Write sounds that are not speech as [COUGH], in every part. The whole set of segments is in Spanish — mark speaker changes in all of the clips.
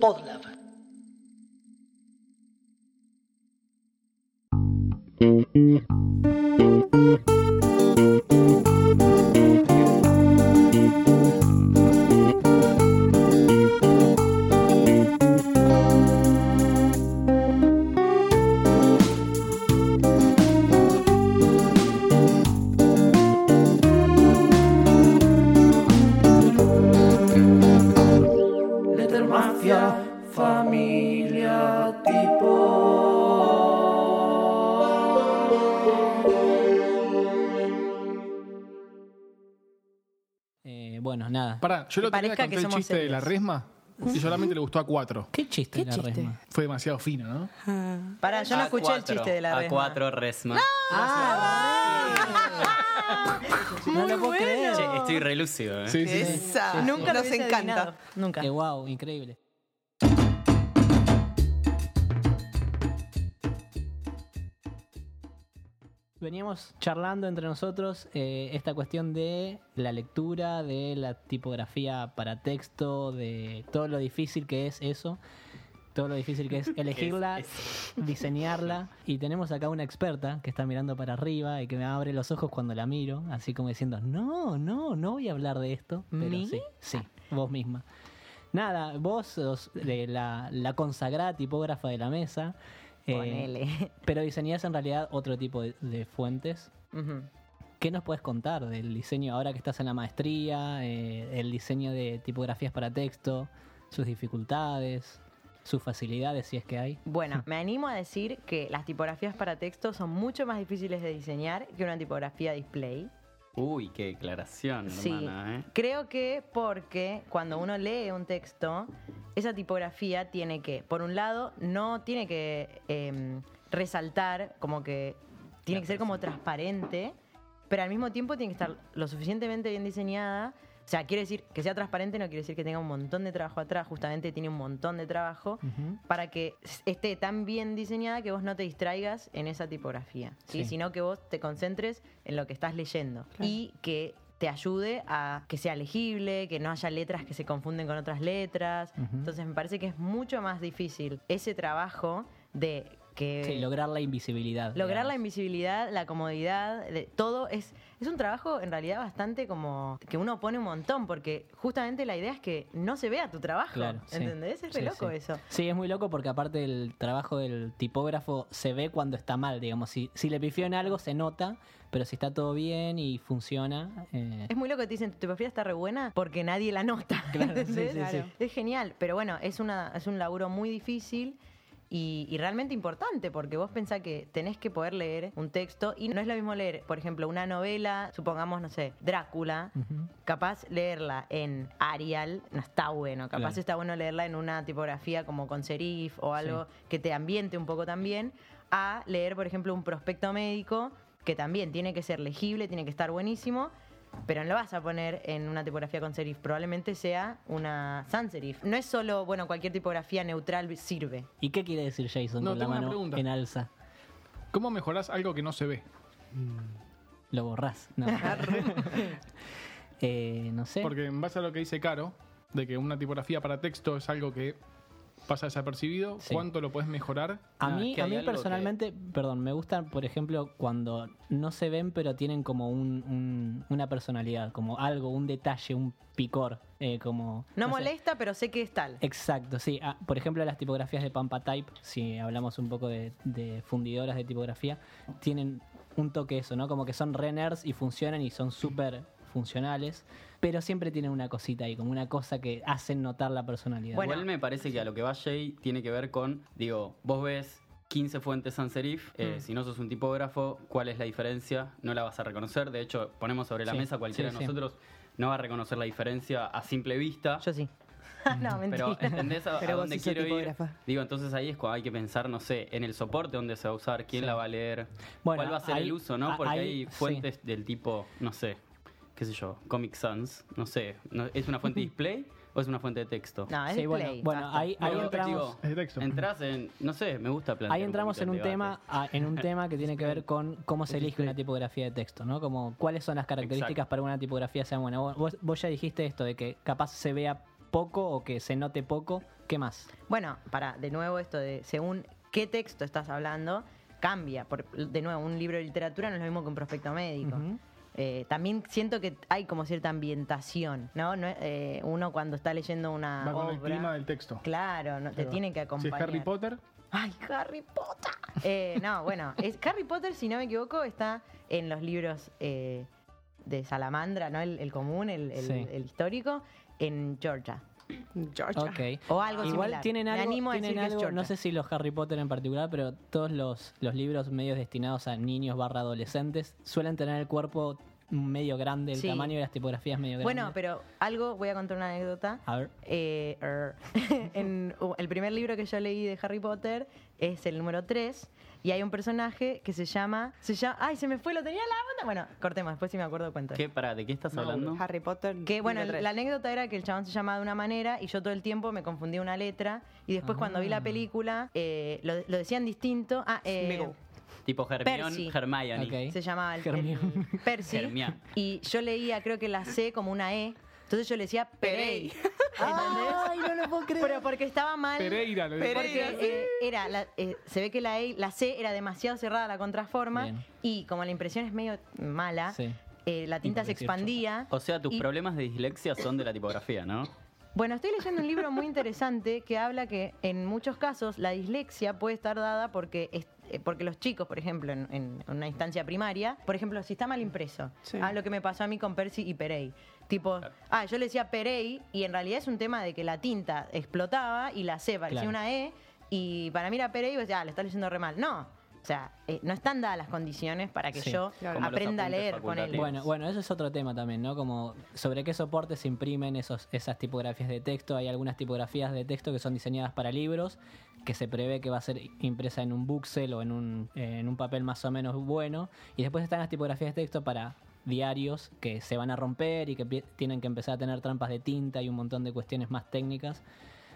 Speaker 1: Podlab.
Speaker 2: Letermacia, familia tipo.
Speaker 3: Eh, bueno, nada.
Speaker 4: Pará, yo
Speaker 5: Que
Speaker 4: lo tenía
Speaker 5: parezca
Speaker 4: conté
Speaker 5: que
Speaker 4: el
Speaker 5: somos
Speaker 4: chiste de la
Speaker 5: serios.
Speaker 4: resma y solamente le gustó a cuatro.
Speaker 3: ¿Qué chiste
Speaker 5: ¿Qué
Speaker 3: la
Speaker 5: chiste?
Speaker 3: resma?
Speaker 4: Fue demasiado fino, ¿no?
Speaker 5: Pará, yo no
Speaker 6: A
Speaker 5: escuché el
Speaker 6: cuatro,
Speaker 5: chiste de la
Speaker 6: A
Speaker 5: resma.
Speaker 6: cuatro resma.
Speaker 3: No lo puedo creer.
Speaker 6: Che, estoy relúcido, ¿eh?
Speaker 4: Sí, sí. sí.
Speaker 5: Esa.
Speaker 3: sí.
Speaker 5: Ah, Nunca
Speaker 3: Nos
Speaker 5: nos encanta.
Speaker 3: Nunca. wow, increíble. Veníamos charlando entre nosotros eh, esta cuestión de la lectura, de la tipografía para texto, de todo lo difícil que es eso, todo lo difícil [LAUGHS] que es elegirla, [LAUGHS] diseñarla. Y tenemos acá una experta que está mirando para arriba y que me abre los ojos cuando la miro, así como diciendo, no, no, no voy a hablar de esto. Pero
Speaker 5: ¿Mí?
Speaker 3: sí, sí, vos misma. Nada, vos sos de la, la consagrada tipógrafa de la mesa. eh,
Speaker 5: Ponele. [LAUGHS]
Speaker 3: pero diseñás en realidad otro tipo de, de fuentes.
Speaker 5: Ujú.
Speaker 3: ¿Qué nos puedes contar del diseño ahora que estás en la maestría? eh, el diseño de tipografías para texto, sus dificultades, sus facilidades, si es que hay.
Speaker 5: Bueno, me animo a decir que las tipografías para texto son mucho más difíciles de diseñar que una tipografía display.
Speaker 6: Uy, qué declaración, hermana, ¿eh?
Speaker 5: Creo que porque cuando uno lee un texto, esa tipografía tiene que, por un lado, no tiene que eh, resaltar, como que tiene que ser como transparente, pero al mismo tiempo tiene que estar lo suficientemente bien diseñada. O sea, quiere decir que sea transparente, no quiere decir que tenga un montón de trabajo atrás, justamente tiene un montón de trabajo
Speaker 3: Ujú.
Speaker 5: para que s- esté tan bien diseñada que vos no te distraigas en esa tipografía, ¿sí?
Speaker 3: Sí.
Speaker 5: sino que vos te concentres en lo que estás leyendo y que te ayude a que sea legible, que no haya letras que se confunden con otras letras.
Speaker 3: Ujú.
Speaker 5: Entonces me parece que es mucho más difícil ese trabajo de que
Speaker 3: Sí, lograr la invisibilidad.
Speaker 5: Eh, lograr la
Speaker 3: digamos.
Speaker 5: invisibilidad, la comodidad, de, todo es es un trabajo en realidad bastante como que uno pone un montón porque justamente la idea es que no se vea tu trabajo,
Speaker 3: Claro, sí.
Speaker 5: ¿entendés? Es re
Speaker 3: Sí,
Speaker 5: loco
Speaker 3: sí.
Speaker 5: eso.
Speaker 3: Sí, es muy loco porque aparte el trabajo del tipógrafo se ve cuando está mal, digamos. Si, si le pifió en algo se nota, pero si está todo bien y funciona... eh,
Speaker 5: Es muy loco que te dicen, tu tipografía está re buena porque nadie la nota.
Speaker 3: [LAUGHS] Claro, sí,
Speaker 5: ¿entendés?
Speaker 3: sí, sí.
Speaker 5: Es genial, pero bueno, es, una, es un laburo muy difícil y, y realmente importante porque vos pensás que tenés que poder leer un texto y no es lo mismo leer, por ejemplo, una novela, supongamos, no sé, Drácula,
Speaker 3: ujú.
Speaker 5: capaz leerla en Arial no está bueno, capaz
Speaker 3: Claro.
Speaker 5: está bueno leerla en una tipografía como con serif o algo que te ambiente un poco también, a leer, por ejemplo, un prospecto médico que también tiene que ser legible, tiene que estar buenísimo, pero no lo vas a poner en una tipografía con serif, probablemente sea una sans serif. No es solo, bueno, cualquier tipografía neutral sirve.
Speaker 3: ¿Y qué quiere decir Jason
Speaker 4: No,
Speaker 3: con la
Speaker 4: tengo una
Speaker 3: mano
Speaker 4: pregunta.
Speaker 3: en alza?
Speaker 4: ¿Cómo mejorás algo que no se ve?
Speaker 3: Lo borrás.
Speaker 5: [LAUGHS]
Speaker 3: No,
Speaker 5: Ah,
Speaker 3: [LAUGHS] Eh, no sé.
Speaker 4: Porque en base a lo que dice Caro, de que una tipografía para texto es algo que pasa desapercibido,
Speaker 3: Sí.
Speaker 4: ¿cuánto lo puedes mejorar?
Speaker 3: A
Speaker 6: No,
Speaker 3: mí,
Speaker 6: es que
Speaker 3: a
Speaker 6: hay
Speaker 3: mí
Speaker 6: algo que-
Speaker 3: personalmente, perdón, me gustan, por ejemplo, cuando no se ven, pero tienen como un, un- una personalidad, como algo, un detalle, un picor, eh, como...
Speaker 5: No,
Speaker 3: sé.
Speaker 5: molesta, pero sé que es tal.
Speaker 3: Exacto, sí. Ah, por ejemplo, las tipografías de Pampa Type, si hablamos un poco de, de fundidoras de tipografía, tienen un toque eso, ¿no? Como que son re nerds y funcionan y son súper funcionales, pero siempre tienen una cosita ahí, como una cosa que hacen notar la personalidad.
Speaker 5: Bueno.
Speaker 6: Igual me parece que a lo que va Jay tiene que ver con, digo, vos ves 15 fuentes sans serif, eh,
Speaker 5: Mm.
Speaker 6: si no sos un tipógrafo, ¿cuál es la diferencia? No la vas a reconocer, de hecho, ponemos sobre la
Speaker 3: Sí,
Speaker 6: mesa cualquiera
Speaker 3: sí,
Speaker 6: de
Speaker 3: sí.
Speaker 6: nosotros no va a reconocer la diferencia a simple vista.
Speaker 5: Yo sí. [LAUGHS] no, mentira.
Speaker 6: Pero ¿entendés a, a
Speaker 5: Pero vos
Speaker 6: dónde
Speaker 5: sí sos
Speaker 6: quiero ir?
Speaker 5: tipógrafa.
Speaker 6: Digo, entonces ahí es cuando hay que pensar, no sé, en el soporte dónde se va a usar, quién la va a leer,
Speaker 3: Bueno,
Speaker 6: cuál va a ser
Speaker 3: ahí-
Speaker 6: el uso,
Speaker 3: a-
Speaker 6: ¿no? Porque
Speaker 3: ahí-
Speaker 6: hay
Speaker 3: sí.
Speaker 6: fuentes del tipo, no sé, qué sé yo, Comic Sans, no sé, no- ¿es una fuente display o es una fuente de texto?
Speaker 5: No, es
Speaker 3: Sí,
Speaker 5: el
Speaker 3: bueno,
Speaker 5: play,
Speaker 3: bueno,
Speaker 5: basta.
Speaker 3: ahí- ahí
Speaker 6: Digo,
Speaker 3: entramos-
Speaker 4: Es de texto.
Speaker 6: Entras en, no sé, me gusta plantear.
Speaker 3: Ahí
Speaker 6: un
Speaker 3: entramos en
Speaker 6: poquito
Speaker 3: un
Speaker 6: el
Speaker 3: tema,
Speaker 6: debate.
Speaker 3: ah, en un tema que tiene que ver con cómo se elige una tipografía de texto, ¿no? Como cuáles son las características
Speaker 6: Exacto.
Speaker 3: para que una tipografía sea buena. Vos, vos ya dijiste esto de que capaz se vea poco o que se note poco. ¿Qué más?
Speaker 5: Bueno, para, de nuevo, esto de según qué texto estás hablando, cambia. Por- de nuevo, un libro de literatura no es lo mismo que un prospecto médico.
Speaker 3: Ujú.
Speaker 5: Eh, también siento que hay como cierta ambientación, ¿no? No es- eh, uno cuando está leyendo una
Speaker 4: Va con el
Speaker 5: obra.
Speaker 4: clima del texto.
Speaker 5: Claro, no, te
Speaker 4: Ahí va.
Speaker 5: tiene que acompañar.
Speaker 4: Si es Harry Potter,
Speaker 5: ¡Ay, Harry Potter! Eh, no, bueno, es, Harry Potter, si no me equivoco, está en los libros eh, de Salamandra, ¿no? El, el común, el, el-
Speaker 3: Sí.
Speaker 5: el histórico, en Georgia.
Speaker 1: Georgia.
Speaker 3: Ok.
Speaker 5: O algo
Speaker 3: Ah. Igual
Speaker 5: similar.
Speaker 3: tienen
Speaker 5: Me
Speaker 3: algo,
Speaker 5: animo a
Speaker 3: tienen
Speaker 5: decir que es
Speaker 3: algo,
Speaker 5: Georgia.
Speaker 3: no sé si los Harry Potter en particular, pero todos los, los libros medios destinados a niños barra adolescentes suelen tener el cuerpo medio grande, el
Speaker 5: Sí.
Speaker 3: tamaño y las tipografías medio grandes.
Speaker 5: Bueno, pero algo, voy a contar una anécdota.
Speaker 3: A ver.
Speaker 5: Eh, er, [LAUGHS] en, uh, el primer libro que yo leí de Harry Potter es el número 3 y hay un personaje que se llama... Se llama ay, se me fue, lo tenía en la banda. Bueno, cortemos, después si me acuerdo cuento.
Speaker 6: ¿Qué, para, ¿De qué estás hablando?
Speaker 1: Harry Potter.
Speaker 5: Que bueno,
Speaker 1: número tres.
Speaker 5: la anécdota era que el chabón se llamaba de una manera y yo todo el tiempo me confundía una letra y después cuando vi la película eh, lo, lo decían distinto. Ah, eh,
Speaker 1: Smeagol.
Speaker 6: Tipo
Speaker 5: Percy.
Speaker 6: Hermione, Hermione.
Speaker 3: Ok.
Speaker 5: se llamaba el,
Speaker 3: Hermione.
Speaker 5: el [LAUGHS] Percy
Speaker 6: Hermione.
Speaker 5: y yo leía creo que la C como una E. Entonces yo le decía Perey.
Speaker 1: Perey.
Speaker 5: [LAUGHS] ¿Entendés? no lo puedo creer. Pero porque estaba mal.
Speaker 4: Pereira, lo dijo.
Speaker 1: Pereira.
Speaker 5: Porque eh, era la- eh, se ve que la, E- la C era demasiado cerrada la contraforma
Speaker 3: Bien.
Speaker 5: y como la impresión es medio mala,
Speaker 3: Sí.
Speaker 5: eh, la tinta se
Speaker 3: Impresión.
Speaker 5: expandía.
Speaker 6: O sea, tus
Speaker 5: y-
Speaker 6: problemas de dislexia son de la tipografía, ¿no?
Speaker 5: Bueno, estoy leyendo un libro muy interesante que habla que en muchos casos la dislexia puede estar dada porque es- eh, porque los chicos, por ejemplo, en, en una instancia primaria, por ejemplo, si está mal impreso.
Speaker 1: Sí.
Speaker 5: Ah, lo que me pasó a mí con Percy y Perey. Tipo, ah, yo le decía Perey y en realidad es un tema de que la tinta explotaba y la C parecía
Speaker 3: Claro.
Speaker 5: una E y para mí era Perey y vos decías, ah, lo está leyendo re mal. No, o sea, eh, no están dadas las condiciones para que
Speaker 3: Sí.
Speaker 5: yo
Speaker 1: Claro.
Speaker 6: Como los
Speaker 5: aprenda a
Speaker 6: apuntes
Speaker 5: leer con él.
Speaker 6: facultativos.
Speaker 3: Bueno, bueno, eso es otro tema también, ¿no? Como sobre qué soporte se imprimen esos, esas tipografías de texto. Hay algunas tipografías de texto que son diseñadas para libros, que se prevé que va a ser impresa en un buxel o en un, eh, en un papel más o menos bueno. Y después están las tipografías de texto para diarios que se van a romper y que pi- tienen que empezar a tener trampas de tinta y un montón de cuestiones más técnicas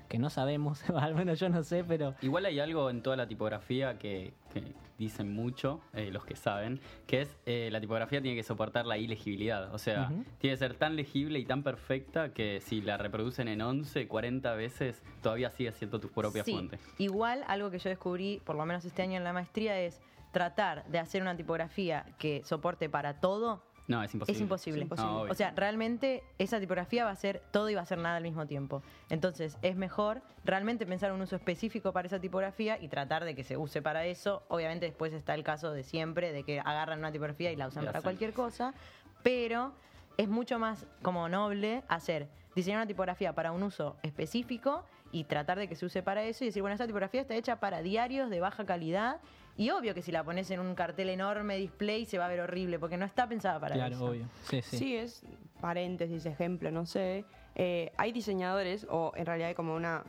Speaker 3: que no sabemos, [LAUGHS] al menos yo no sé, pero
Speaker 6: Igual hay algo en toda la tipografía que, que dicen mucho eh, los que saben, que es eh, la tipografía tiene que soportar la ilegibilidad. O sea,
Speaker 3: Ujú.
Speaker 6: tiene que ser tan legible y tan perfecta que si la reproducen en 11, 40 veces, todavía sigue siendo tu propia
Speaker 5: Sí.
Speaker 6: fuente.
Speaker 5: Igual algo que yo descubrí, por lo menos este año en la maestría, es tratar de hacer una tipografía que soporte para todo.
Speaker 6: No, es imposible.
Speaker 5: Es imposible.
Speaker 1: Es imposible.
Speaker 6: No, obvio.
Speaker 5: o sea, realmente esa tipografía va a ser todo y va a ser nada al mismo tiempo. Entonces, es mejor realmente pensar un uso específico para esa tipografía y tratar de que se use para eso. Obviamente después está el caso de siempre, de que agarran una tipografía y la usan
Speaker 6: Y
Speaker 5: para
Speaker 6: hacen.
Speaker 5: cualquier cosa, pero es mucho más como noble hacer diseñar una tipografía para un uso específico y tratar de que se use para eso y decir, bueno, esta tipografía está hecha para diarios de baja calidad y obvio que si la pones en un cartel enorme display se va a ver horrible porque no está pensada para
Speaker 3: claro,
Speaker 5: eso.
Speaker 3: obvio. Sí, sí.
Speaker 1: Sí. es paréntesis, ejemplo, no sé. Eh, hay diseñadores, o en realidad hay como una,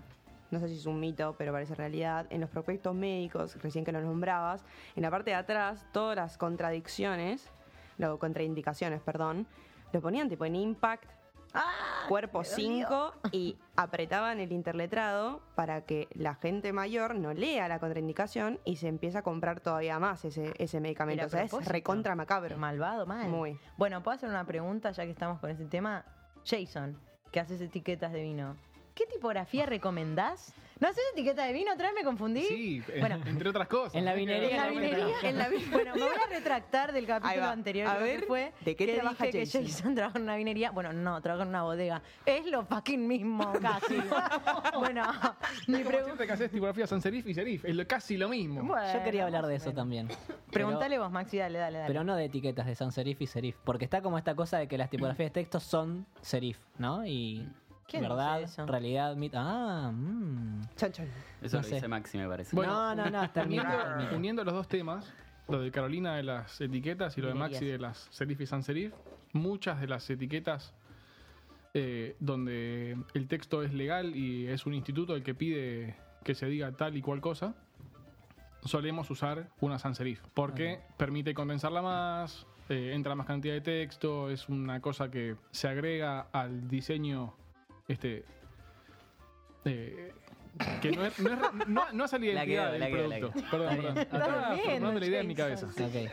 Speaker 1: no sé si es un mito, pero parece realidad, en los prospectos médicos, recién que lo nombrabas, en la parte de atrás, todas las contradicciones, las contraindicaciones, perdón, lo ponían tipo en impact, cuerpo 5 y apretaban el interletrado para que la gente mayor no lea la contraindicación y se empieza a comprar todavía más ese, ese medicamento.
Speaker 5: Era
Speaker 1: O sea, es
Speaker 5: propósito.
Speaker 1: recontra macabro.
Speaker 5: Malvado, mal.
Speaker 1: Muy.
Speaker 5: Bueno, ¿puedo hacer una pregunta ya que estamos con ese tema? Jason, que haces etiquetas de vino. ¿Qué tipografía recomendás? ¿No haces etiqueta de vino? ¿Otra vez me confundí?
Speaker 4: Sí, eh,
Speaker 5: Bueno.
Speaker 4: entre otras cosas.
Speaker 3: En la vinería.
Speaker 5: En la
Speaker 3: Claramente.
Speaker 5: vinería, en
Speaker 1: [LAUGHS]
Speaker 5: la vin- Bueno, me voy a retractar del
Speaker 1: Ahí
Speaker 5: capítulo
Speaker 1: va.
Speaker 5: anterior.
Speaker 1: A
Speaker 5: creo que
Speaker 1: ver,
Speaker 5: fue
Speaker 1: ¿de qué
Speaker 5: que
Speaker 1: trabaja
Speaker 5: dije
Speaker 1: Jason?
Speaker 5: que Jason trabaja en una vinería. Bueno, no, trabaja en una bodega. Es lo
Speaker 1: [LAUGHS]
Speaker 5: fucking mismo, casi. bueno, mi
Speaker 4: Es como
Speaker 5: pregunta.
Speaker 4: decirte que haces tipografía San Serif y Serif. Es lo- casi lo mismo.
Speaker 3: Yo quería hablar de eso también. Pero-
Speaker 5: Preguntale vos, Maxi, dale, dale, dale.
Speaker 3: Pero no de etiquetas de sans serif y serif. Porque está como esta cosa de que las tipografías de texto son serif, ¿no? Y.
Speaker 5: ¿Quién
Speaker 3: verdad,
Speaker 5: dice eso?
Speaker 3: realidad, mito. Ah, mmm.
Speaker 1: Chon, chon.
Speaker 6: Eso
Speaker 3: no
Speaker 6: lo
Speaker 3: sé.
Speaker 6: dice Maxi, me parece.
Speaker 4: Bueno,
Speaker 3: no, no, no, termino.
Speaker 4: Uniendo,
Speaker 3: termino.
Speaker 4: uniendo los dos temas, lo de Carolina de las etiquetas y lo de Maxi de las serif y sans serif, muchas de las etiquetas eh, donde el texto es legal y es un instituto el que pide que se diga tal y cual cosa, solemos usar una sans serif porque permite condensarla más, eh, entra más cantidad de texto, es una cosa que se agrega al diseño este eh, que no, es- no es- no- no salido
Speaker 6: La
Speaker 4: identidad
Speaker 6: quedó, la
Speaker 4: del
Speaker 6: quedó, la
Speaker 4: producto.
Speaker 6: quedó.
Speaker 4: Perdón, perdón. Estaba
Speaker 5: bien,
Speaker 4: formando la idea en mi cabeza.
Speaker 5: Jason.
Speaker 3: Ok.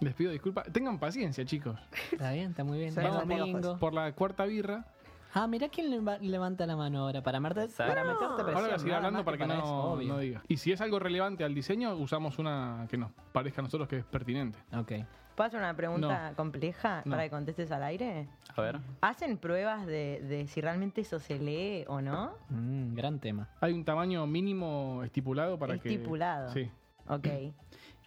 Speaker 4: Les pido disculpas. Tengan paciencia, chicos.
Speaker 3: Está bien, está muy bien.
Speaker 1: Son
Speaker 3: Vamos,
Speaker 1: amigos.
Speaker 3: domingo.
Speaker 4: Por la cuarta birra
Speaker 3: Ah, mirá quién leva- levanta la mano ahora para, Marta,
Speaker 6: Exacto.
Speaker 3: para meterte presión.
Speaker 4: Ahora voy a seguir
Speaker 3: nada
Speaker 4: hablando
Speaker 3: más
Speaker 4: para que
Speaker 3: eso,
Speaker 4: no,
Speaker 3: obvio.
Speaker 4: no diga. Y si es algo relevante al diseño, usamos una que nos parezca a nosotros que es pertinente.
Speaker 3: Ok.
Speaker 5: ¿Puedo hacer una pregunta compleja
Speaker 4: No.
Speaker 5: para que contestes al aire?
Speaker 6: A ver.
Speaker 5: ¿Hacen pruebas de, de si realmente eso se lee o no?
Speaker 3: Mm, gran tema.
Speaker 4: Hay un tamaño mínimo estipulado para que.
Speaker 5: Estipulado.
Speaker 4: Sí.
Speaker 5: Ok.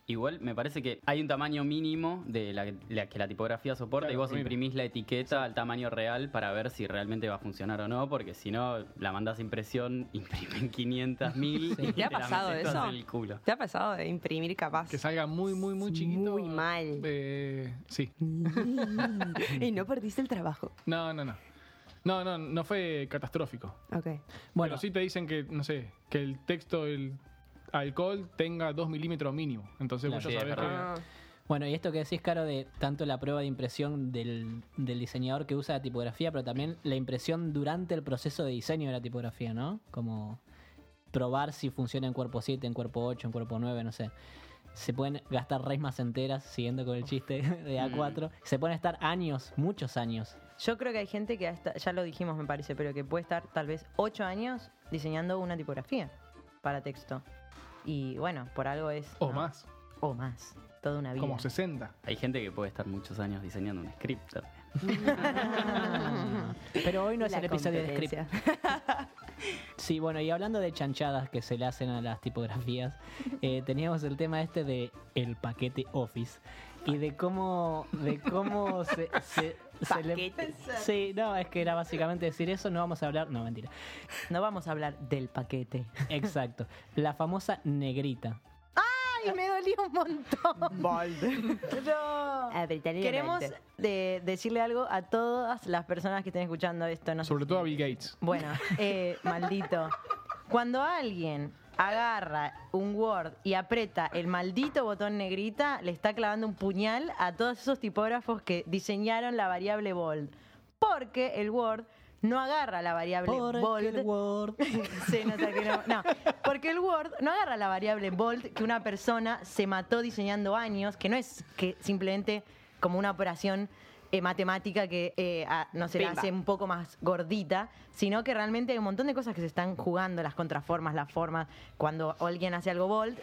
Speaker 6: Igual me parece que hay un tamaño mínimo de la, la que la tipografía soporta
Speaker 4: Claro,
Speaker 6: y vos
Speaker 4: mínimo.
Speaker 6: imprimís la etiqueta al tamaño real para ver si realmente va a funcionar o no, porque si no, la mandás a impresión, [LAUGHS] imprimen 500.000 y
Speaker 1: ¿Te ha
Speaker 6: la
Speaker 1: pasado
Speaker 6: metes
Speaker 1: eso?
Speaker 6: en el culo.
Speaker 1: ¿Te ha pasado de imprimir capaz?
Speaker 4: Que salga muy, muy, muy chiquito.
Speaker 1: Muy mal.
Speaker 4: Eh, sí.
Speaker 1: [LAUGHS] y no perdiste el trabajo.
Speaker 4: No, no, no. No, no, no fue catastrófico.
Speaker 1: Ok.
Speaker 3: Bueno,
Speaker 4: Pero sí te dicen que, no sé, que el texto del alcohol tenga 2 milímetros mínimo. Entonces
Speaker 3: Claro,
Speaker 4: vos ya
Speaker 6: sí, es
Speaker 4: sabés
Speaker 6: verdad.
Speaker 4: que.
Speaker 1: Ah,
Speaker 3: bueno, y esto que decís, Caro, de tanto la prueba de impresión del, del diseñador que usa la tipografía, pero también la impresión durante el proceso de diseño de la tipografía, ¿no? Como probar si funciona en cuerpo 7, en cuerpo 8, en cuerpo 9, no sé. Se pueden gastar resmas enteras, siguiendo con el chiste [LAUGHS] de
Speaker 1: Mm.
Speaker 3: A4. Se pueden estar años,
Speaker 1: [LAUGHS]
Speaker 3: muchos años.
Speaker 5: Yo creo que hay gente que hasta, ya lo dijimos me parece, pero que puede estar tal vez ocho años diseñando una tipografía para texto. Y bueno, por algo es...
Speaker 4: O
Speaker 5: ¿no?
Speaker 4: más,
Speaker 5: O más. Toda una vida.
Speaker 4: como 60.
Speaker 6: Hay gente que puede estar muchos años diseñando un script también.
Speaker 5: [LAUGHS]
Speaker 3: Pero hoy no es
Speaker 1: la
Speaker 3: el episodio de script.
Speaker 1: competencia.
Speaker 3: Sí, bueno, y hablando de chanchadas que se le hacen a las
Speaker 5: [LAUGHS]
Speaker 3: tipografías, eh, teníamos el tema este de el paquete Office y de cómo, de cómo se, se- se le-
Speaker 1: Paquete.
Speaker 3: Sí, no, es que era básicamente decir eso, no vamos a hablar, no, mentira.
Speaker 5: No vamos a hablar del paquete.
Speaker 3: Exacto, la famosa negrita.
Speaker 5: ¡Ay, me dolió un montón! No.
Speaker 1: Apretar el
Speaker 5: Queremos
Speaker 1: enter.
Speaker 5: de- decirle algo a todas las personas que estén escuchando esto. No sé
Speaker 4: Sobre
Speaker 5: si-
Speaker 4: todo a Bill Gates.
Speaker 5: Bueno, eh, maldito. Cuando alguien agarra un Word y aprieta el maldito botón negrita, le está clavando un puñal a todos esos tipógrafos que diseñaron la variable bold. Porque el Word no agarra la variable
Speaker 3: Porque
Speaker 5: bold.
Speaker 3: el Word-
Speaker 5: [LAUGHS] Sí, no, sé qué no- no. porque el Word no agarra la variable bold que una persona se mató diseñando años, que no es que simplemente como una operación eh, matemática que eh, a- no se la
Speaker 1: Pimba.
Speaker 5: hace un poco más gordita, sino que realmente hay un montón de cosas que se están jugando, las contraformas, las formas. Cuando alguien hace algo bold,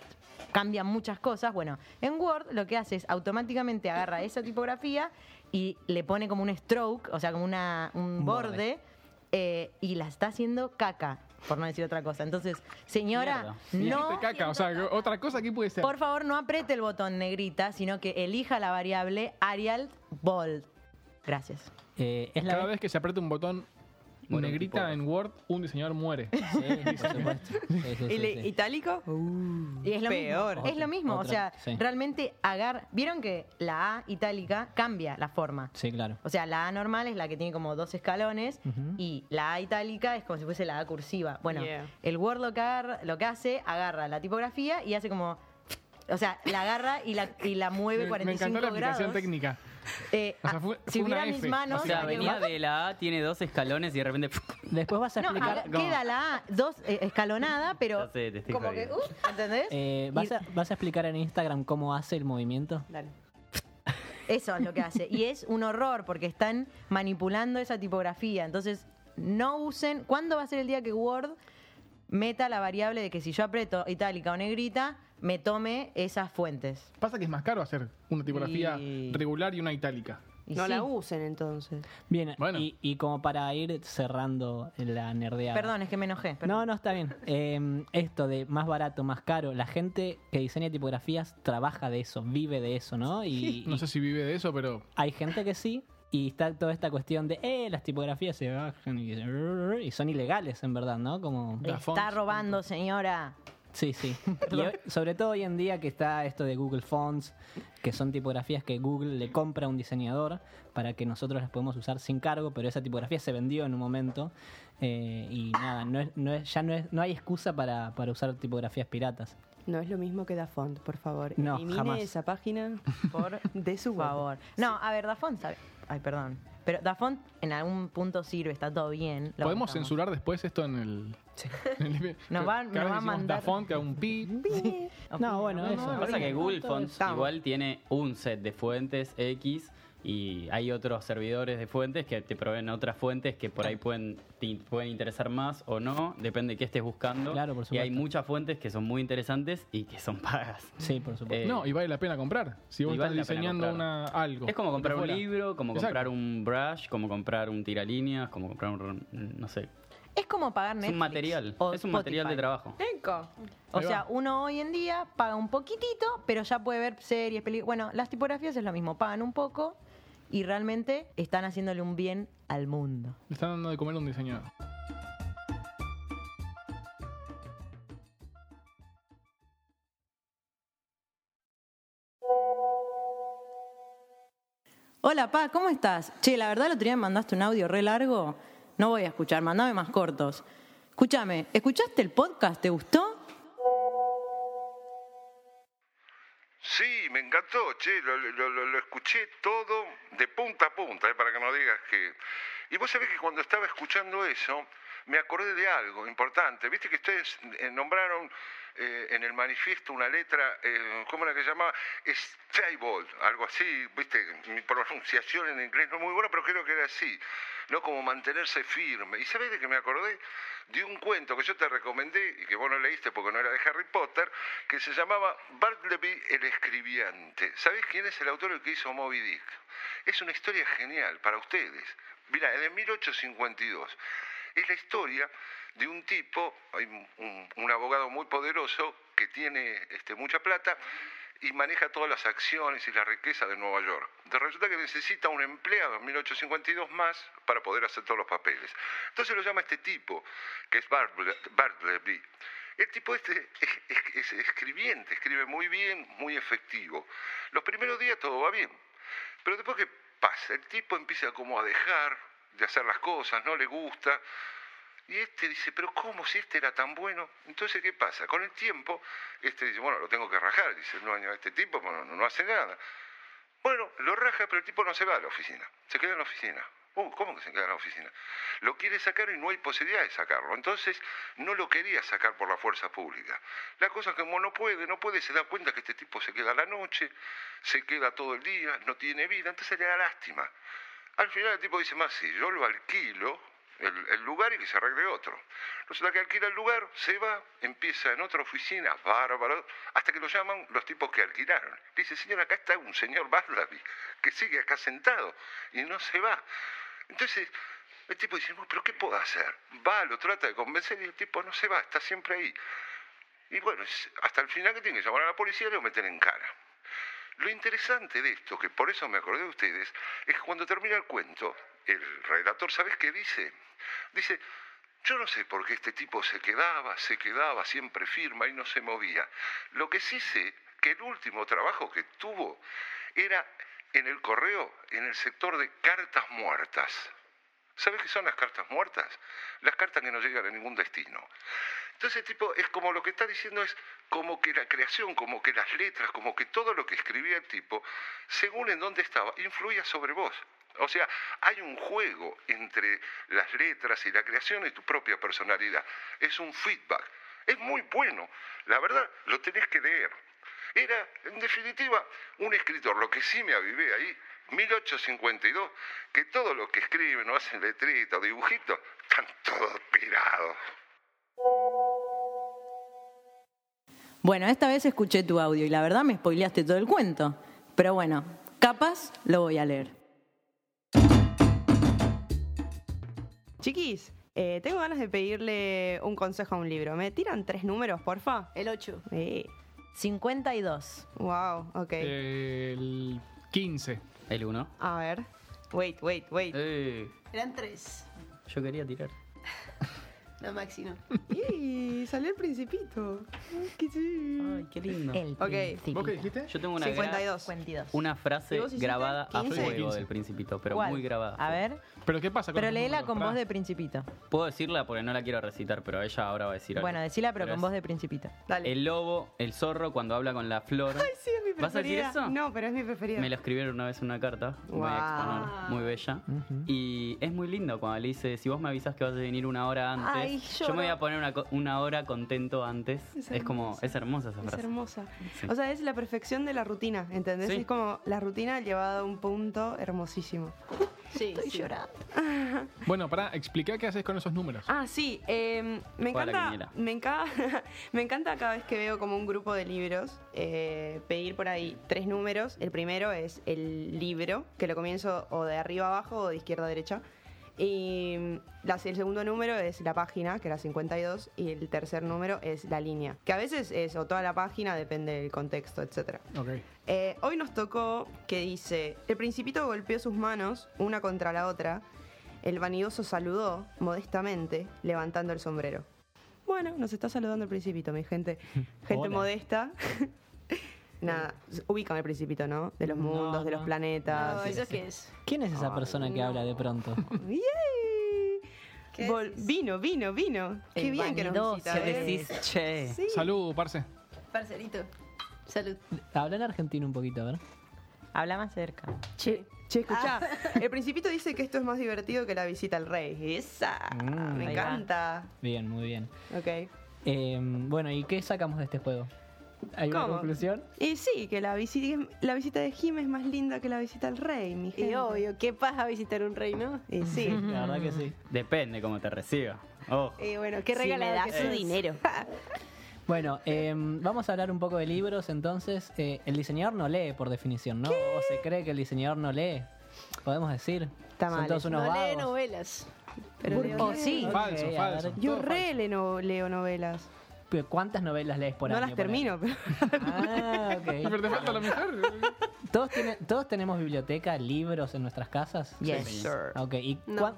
Speaker 5: cambian muchas cosas. Bueno, en Word lo que hace es automáticamente agarra esa tipografía y le pone como un stroke, o sea, como una, un
Speaker 3: Un borde.
Speaker 5: borde eh, y la está haciendo caca, por no decir otra cosa. Entonces, señora, no,
Speaker 4: Dijiste caca, o sea, que otra cosa que puede ser.
Speaker 5: por favor, no apriete el botón negrita, sino que elija la variable Arial Bold. Gracias.
Speaker 3: Eh, es la
Speaker 4: Cada vez que se aprieta un botón
Speaker 6: Muere un
Speaker 4: negrita
Speaker 6: tipógrafo.
Speaker 4: en Word, un diseñador muere.
Speaker 3: Sí, por supuesto. Sí,
Speaker 5: [LAUGHS]
Speaker 3: sí, sí,
Speaker 1: ¿El
Speaker 3: sí.
Speaker 1: itálico?
Speaker 5: Y es lo
Speaker 1: Peor.
Speaker 5: mismo. Es lo mismo.
Speaker 3: Otra,
Speaker 5: o sea,
Speaker 3: sí.
Speaker 5: realmente agar. Vieron que la A itálica cambia la forma.
Speaker 3: Sí, claro.
Speaker 5: O sea, la A normal es la que tiene como dos escalones y la A itálica es como si fuese la A cursiva. Bueno,
Speaker 1: Yeah.
Speaker 5: el Word lo que, agarra- lo que hace, agarra la tipografía y hace como... O sea, la agarra y la, y la mueve
Speaker 4: Me, me
Speaker 5: 45
Speaker 4: encantó la aplicación
Speaker 5: grados.
Speaker 4: técnica.
Speaker 5: Eh,
Speaker 4: O sea,
Speaker 5: ah,
Speaker 4: fue-
Speaker 5: si
Speaker 4: fue una
Speaker 5: hubiera mis
Speaker 4: F.
Speaker 6: O
Speaker 5: manos...
Speaker 6: sea,
Speaker 5: la que-
Speaker 6: venía de la A, tiene dos escalones y de repente... [LAUGHS]
Speaker 3: Después vas a
Speaker 5: No,
Speaker 3: explicar
Speaker 5: aga- queda la A dos eh, escalonada, pero
Speaker 6: Ya sé, te estoy
Speaker 5: como que...
Speaker 6: jodiendo.
Speaker 5: uh, ¿Entendés?
Speaker 3: eh, ¿vas, a, ¿Vas a explicar en Instagram cómo hace el movimiento?
Speaker 1: Dale.
Speaker 5: Eso es lo que hace. Y es un horror porque están manipulando esa tipografía. Entonces, no usen. ¿Cuándo va a ser el día que Word meta la variable de que si yo aprieto itálica o negrita, me tome esas fuentes?
Speaker 4: Pasa que es más caro hacer una tipografía
Speaker 5: Y-
Speaker 4: regular y una itálica.
Speaker 5: Y
Speaker 1: no
Speaker 5: sí.
Speaker 1: la usen entonces.
Speaker 3: Bien,
Speaker 4: Bueno.
Speaker 3: y, y como para ir cerrando la nerdeada.
Speaker 5: Perdón, es que me enojé. perdón.
Speaker 3: No, no, está bien. Eh, esto de más barato, más caro, la gente que diseña tipografías trabaja de eso, vive de eso, ¿no? Y,
Speaker 4: No
Speaker 3: y
Speaker 4: sé si vive de eso, pero
Speaker 3: hay gente que sí, y está toda esta cuestión de, eh, las tipografías se bajan y, y son ilegales, en verdad, ¿no? Como...
Speaker 5: Le
Speaker 4: Da fonts,
Speaker 5: Está robando, señora.
Speaker 1: [LAUGHS]
Speaker 3: Sí, sí. Y hoy- sobre todo hoy en día que está esto de Google Fonts, que son tipografías que Google le compra a un diseñador para que nosotros las podemos usar sin cargo, pero esa tipografía se vendió en un momento eh, y nada, no es, no es- ya no, es, no hay excusa para, para usar tipografías piratas.
Speaker 1: No es lo mismo que Dafont, por favor.
Speaker 3: No,
Speaker 1: Elimine
Speaker 3: jamás.
Speaker 1: esa página.
Speaker 5: Por
Speaker 1: De su web.
Speaker 5: favor. No, a ver, Dafont sabe. Ay, perdón. Pero Dafont en algún punto sirve, está todo bien. lo
Speaker 4: podemos
Speaker 5: bancamos.
Speaker 4: censurar después esto en el. en el- [LAUGHS]
Speaker 5: Nos va- nos
Speaker 4: Cada vez
Speaker 5: va a
Speaker 4: decimos
Speaker 5: mandar-
Speaker 4: Da font, que haga un pi.
Speaker 3: No, bueno,
Speaker 5: no,
Speaker 3: eso.
Speaker 5: no,
Speaker 6: Pasa que Google Fonts
Speaker 1: Estamos.
Speaker 6: igual tiene un set de fuentes X Y hay otros servidores de fuentes que te proveen otras fuentes que por ahí pueden, te in- pueden interesar más o no, depende de qué estés buscando.
Speaker 3: Claro, por
Speaker 6: y hay
Speaker 3: supuesto.
Speaker 6: muchas fuentes que son muy interesantes y que son pagas.
Speaker 3: Sí, por supuesto.
Speaker 6: Eh,
Speaker 4: No, y vale la pena comprar. Si vos
Speaker 6: y
Speaker 4: estás
Speaker 6: vale la pena
Speaker 4: diseñando
Speaker 6: comprar.
Speaker 4: una, algo.
Speaker 6: Es como comprar un
Speaker 4: Abuela.
Speaker 6: libro, como
Speaker 4: Exacto.
Speaker 6: comprar un brush, como comprar un tiralíneas, como comprar un... no sé.
Speaker 5: Es como pagar
Speaker 6: Es
Speaker 5: Netflix.
Speaker 6: un material.
Speaker 5: o
Speaker 6: Es un material de
Speaker 5: Spotify.
Speaker 6: trabajo.
Speaker 1: Eco.
Speaker 5: O
Speaker 4: Ahí
Speaker 5: sea,
Speaker 4: va.
Speaker 5: uno hoy en día paga un poquitito, pero ya puede ver series, películas. Bueno, las tipografías es lo mismo, pagan un poco y realmente están haciéndole un bien al mundo.
Speaker 4: Le están dando de comer a un diseñador.
Speaker 5: Hola, Pa, ¿cómo estás? Che, la verdad el otro día me mandaste un audio re largo. No voy a escuchar, mandame más cortos. Escúchame, ¿escuchaste el podcast? ¿Te gustó?
Speaker 7: Sí, me encantó, che, lo, lo- lo- lo escuché todo de punta a punta, eh, para que no digas que... Y vos sabés que cuando estaba escuchando eso, me acordé de algo importante. Viste que ustedes eh, nombraron eh, en el manifiesto una letra, eh, ¿cómo era que se llamaba? Stable, algo así, viste, mi pronunciación en inglés no es muy buena, pero creo que era así, ¿no? Como mantenerse firme. ¿Y sabés de que me acordé? de un cuento que yo te recomendé y que vos no leíste porque no era de Harry Potter, que se llamaba Bartleby el Escribiente. ¿Sabés quién es el autor el que hizo Moby Dick? Es una historia genial para ustedes. Mirá, es de 1852. Es la historia de un tipo, hay un, un- un abogado muy poderoso que tiene este, mucha plata y maneja todas las acciones y la riqueza de Nueva York. Entonces, Resulta que necesita un empleado en 1852 más para poder hacer todos los papeles. Entonces lo llama este tipo, que es Bartle- Bartleby. El tipo este es, es- es escribiente, escribe muy bien, muy efectivo. Los primeros días todo va bien. Pero después, ¿qué pasa? El tipo empieza como a dejar de hacer las cosas, no le gusta, y este dice, pero ¿cómo si este era tan bueno? Entonces, ¿qué pasa? Con el tiempo, este dice, bueno, lo tengo que rajar. Dice, no, no, este tipo bueno, no, no hace nada. Bueno, lo raja, pero el tipo no se va a la oficina. Se queda en la oficina. Uh, ¿cómo que se queda en la oficina? Lo quiere sacar y no hay posibilidad de sacarlo. Entonces, no lo quería sacar por la fuerza pública. La cosa es que como no puede, no puede, se da cuenta que este tipo se queda a la noche, se queda todo el día, no tiene vida, entonces le da lástima. Al final el tipo dice, más si yo lo alquilo el, el lugar y que se arregle otro. Resulta que alquila el lugar, se va, empieza en otra oficina, bárbaro, hasta que lo llaman los tipos que alquilaron. Le dice, señor, acá está un señor Barnaby, que sigue acá sentado y no se va. Entonces, el tipo dice, "No, pero ¿qué puedo hacer? Va, lo trata de convencer y el tipo no se va, está siempre ahí. Y bueno, es- hasta el final que tiene que llamar a la policía y lo meten en cara. Lo interesante de esto, que por eso me acordé de ustedes, es que cuando termina el cuento, el relator, ¿sabes qué dice? Dice, yo no sé por qué este tipo se quedaba, se quedaba siempre firma y no se movía. Lo que sí sé, que el último trabajo que tuvo era en el correo, en el sector de cartas muertas. ¿Sabes qué son las cartas muertas? Las cartas que no llegan a ningún destino. Entonces, tipo, es como lo que está diciendo es como que la creación, como que las letras, como que todo lo que escribía el tipo, según en dónde estaba, influía sobre vos. O sea, hay un juego entre las letras y la creación y tu propia personalidad. Es un feedback. Es muy bueno. La verdad, lo tenés que leer. Era, en definitiva, un escritor. Lo que sí me avivé ahí, 1852, que todo lo que escriben o hacen letrita o dibujitos, están todos pirados.
Speaker 5: Bueno, esta vez escuché tu audio y la verdad me spoileaste todo el cuento. Pero bueno, capaz lo voy a leer.
Speaker 1: Chiquis, eh, tengo ganas de pedirle un consejo a un libro. ¿Me tiran tres números, porfa?
Speaker 8: El 8.
Speaker 1: Eh,
Speaker 5: 52.
Speaker 1: wow, ok.
Speaker 4: El 15.
Speaker 6: El 1.
Speaker 1: A ver. Wait, wait, wait.
Speaker 8: Eran 3.
Speaker 6: yo quería tirar.
Speaker 8: No, Maxi, no.
Speaker 1: ¡Yay! Salió el principito. Ay, qué chido.
Speaker 6: Ay, qué lindo.
Speaker 5: El
Speaker 1: Ok.
Speaker 5: Principito.
Speaker 4: ¿Vos qué dijiste?
Speaker 6: Yo tengo una, gra-
Speaker 1: 52.
Speaker 5: 52.
Speaker 6: una
Speaker 1: ¿Y
Speaker 6: frase
Speaker 1: vos hiciste
Speaker 6: grabada a
Speaker 1: 15?
Speaker 6: fuego
Speaker 4: 15.
Speaker 6: del Principito, pero
Speaker 5: ¿Cuál?
Speaker 6: muy grabada.
Speaker 5: A ver,
Speaker 4: ¿Pero qué pasa con
Speaker 5: pero
Speaker 4: los
Speaker 5: léela
Speaker 4: números?
Speaker 5: con voz
Speaker 4: Pará.
Speaker 5: de Principito.
Speaker 6: Puedo decirla porque no la quiero recitar, pero ella ahora va a decir algo.
Speaker 5: Bueno, decila, pero con
Speaker 6: es
Speaker 5: voz de Principito.
Speaker 1: Dale.
Speaker 6: El lobo, el zorro, cuando habla con la flor.
Speaker 1: Ay, sí, es mi preferida.
Speaker 6: ¿Vas a decir eso?
Speaker 1: No, pero es mi preferida.
Speaker 6: Me lo escribieron una vez en una carta, voy a
Speaker 1: Guau.
Speaker 6: exponer, muy bella. Y es muy lindo cuando le dice, si vos me avisas que vas a venir una hora antes,
Speaker 8: Ay,
Speaker 6: yo me voy
Speaker 8: lloro.
Speaker 6: a poner una, co- una hora contento antes.
Speaker 1: Esa
Speaker 6: es como, es hermosa esa
Speaker 1: Es
Speaker 6: frase.
Speaker 1: hermosa.
Speaker 6: Sí.
Speaker 1: O sea, es la perfección de la rutina, ¿entendés?
Speaker 6: Sí.
Speaker 1: Es como la rutina llevada a un punto hermosísimo.
Speaker 8: Sí, Estoy llorando.
Speaker 4: Bueno, pará, explica qué haces con esos números.
Speaker 1: Ah, sí. eh, me,
Speaker 6: Juega la
Speaker 1: encanta,
Speaker 6: quiniela.
Speaker 1: me, encanta, [LAUGHS] me encanta cada vez que veo como un grupo de libros eh, pedir por ahí tres números. El primero es el libro, que lo comienzo o de arriba a abajo o de izquierda a derecha. Y mm, la- el segundo número es la página, que era 52, y el tercer número es la línea, que a veces es o toda la página, depende del contexto, etcétera.
Speaker 4: Ok.
Speaker 1: Eh, hoy nos tocó que dice, el principito golpeó sus manos una contra la otra, el vanidoso saludó modestamente levantando el sombrero. Bueno, nos está saludando el principito, mi gente. Gente
Speaker 3: Hola.
Speaker 1: modesta. [LAUGHS] Nada, ubican el principito, ¿no? De los
Speaker 3: No,
Speaker 1: mundos, de los
Speaker 3: no.
Speaker 1: planetas.
Speaker 8: No,
Speaker 1: Ah, Sí.
Speaker 8: ¿eso qué es?
Speaker 3: ¿Quién es esa
Speaker 1: Ay,
Speaker 3: persona que
Speaker 1: no.
Speaker 3: habla de
Speaker 1: [LAUGHS]
Speaker 3: pronto?
Speaker 1: ¡Yay!
Speaker 8: ¿Qué
Speaker 1: Vol-
Speaker 8: decís?
Speaker 1: vino, vino, vino. Qué
Speaker 5: El
Speaker 1: bien que nos
Speaker 5: vanidoso.
Speaker 1: visita,
Speaker 5: ¿Qué
Speaker 1: ¿eh?
Speaker 5: decís?
Speaker 6: che.
Speaker 1: Sí.
Speaker 4: Salud, parce.
Speaker 8: Parcelito. Salud.
Speaker 3: Habla en argentino un poquito, ¿verdad?
Speaker 5: Habla más cerca.
Speaker 1: Che, che, escuchá. El principito dice que esto es más divertido que la visita al rey. Esa,
Speaker 3: Mm.
Speaker 1: me
Speaker 5: Ahí va.
Speaker 1: encanta.
Speaker 3: Bien, muy bien.
Speaker 1: Ok.
Speaker 3: Eh, bueno, ¿y qué sacamos de este juego? ¿Hay una
Speaker 1: ¿Cómo?
Speaker 3: conclusión?
Speaker 1: Y sí, que la visita, la visita de Jim es más linda que la visita al rey, mi [LAUGHS] gente.
Speaker 8: Y obvio, qué paja visitar un reino.
Speaker 1: Y sí.
Speaker 3: La verdad que sí.
Speaker 6: Depende cómo te reciba. Ojo.
Speaker 8: Y Eh, bueno, qué
Speaker 1: Si me
Speaker 8: regalada
Speaker 1: da
Speaker 8: que
Speaker 1: su
Speaker 5: [LAUGHS] Ah.
Speaker 8: sos.
Speaker 1: dinero.
Speaker 3: Bueno, eh, vamos a hablar un poco de libros. Entonces, Eh, el diseñador no lee, por definición, ¿no? ¿O se cree que el diseñador no lee? Podemos decir. Son
Speaker 1: mal,
Speaker 3: todos unos
Speaker 8: No lee
Speaker 3: vagos.
Speaker 8: novelas.
Speaker 1: Pero leo
Speaker 5: O
Speaker 1: novelas.
Speaker 5: sí.
Speaker 3: Ok,
Speaker 4: Falso,
Speaker 3: a ver,
Speaker 4: falso.
Speaker 1: Yo
Speaker 4: Todo
Speaker 1: re leo, leo novelas.
Speaker 3: ¿pero ¿Cuántas novelas lees por
Speaker 1: no
Speaker 3: año?
Speaker 1: las
Speaker 3: por ahí?
Speaker 1: termino, pero. [LAUGHS]
Speaker 3: Ah,
Speaker 4: Y [LAUGHS] Pero
Speaker 3: ok.
Speaker 4: te falta la mujer.
Speaker 3: ¿Todos, tiene- ¿Todos tenemos biblioteca, libros en nuestras casas?
Speaker 5: Yes.
Speaker 1: sir.
Speaker 3: Ok, ¿y
Speaker 1: [LAUGHS]
Speaker 8: No.
Speaker 3: cuán-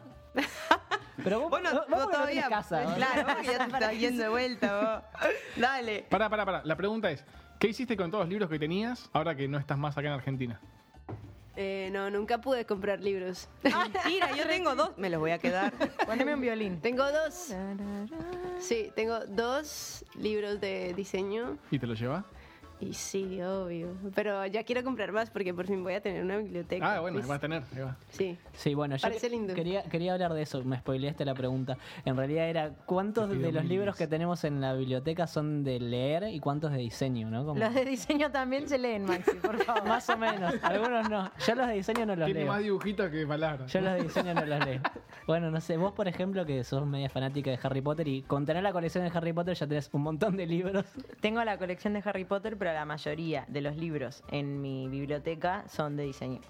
Speaker 3: Pero vos,
Speaker 1: Vos no,
Speaker 3: vos
Speaker 1: vos
Speaker 3: no
Speaker 1: todavía. [LAUGHS]
Speaker 3: tenés casa. ¿no?
Speaker 1: claro, vos que ya te estás yendo de vuelta, vos. Dale.
Speaker 4: Pará, pará, pará. La pregunta es, ¿qué hiciste con todos los libros que tenías ahora que no estás más acá en Argentina?
Speaker 8: Eh, no, nunca pude comprar libros. [LAUGHS]
Speaker 1: Mentira, yo tengo dos. Me los voy a [LAUGHS] quedar.
Speaker 5: Poneme un violín.
Speaker 8: Tengo dos. Sí, tengo dos libros de diseño.
Speaker 4: ¿Y te lo llevas?
Speaker 8: Y sí, obvio. Pero ya quiero comprar más porque por fin voy a tener una biblioteca.
Speaker 4: Ah, bueno,
Speaker 8: ¿Viste?
Speaker 4: vas a tener. ahí va.
Speaker 8: Sí.
Speaker 3: Sí, bueno, yo
Speaker 8: Parece
Speaker 3: que-
Speaker 8: lindo.
Speaker 3: Quería, quería hablar de eso, me spoileaste la pregunta. En realidad era cuántos
Speaker 4: Te pido
Speaker 3: de los
Speaker 4: mil
Speaker 3: libros
Speaker 4: disculpas.
Speaker 3: que tenemos en la biblioteca son de leer y cuántos de diseño, ¿no? Como- [LAUGHS]
Speaker 5: Los de diseño también se leen, Maxi, por favor.
Speaker 3: Más o menos, algunos no. Yo los de diseño no los
Speaker 4: Tiene
Speaker 3: leo.
Speaker 4: más dibujitos que palabras.
Speaker 3: Yo los de diseño no los leo. Bueno, no sé, vos por ejemplo que sos media fanática de Harry Potter y con tener la colección de Harry Potter ya tenés un montón de libros.
Speaker 5: [LAUGHS] Tengo la colección de Harry Potter, pero la mayoría de los libros en mi biblioteca son de diseño.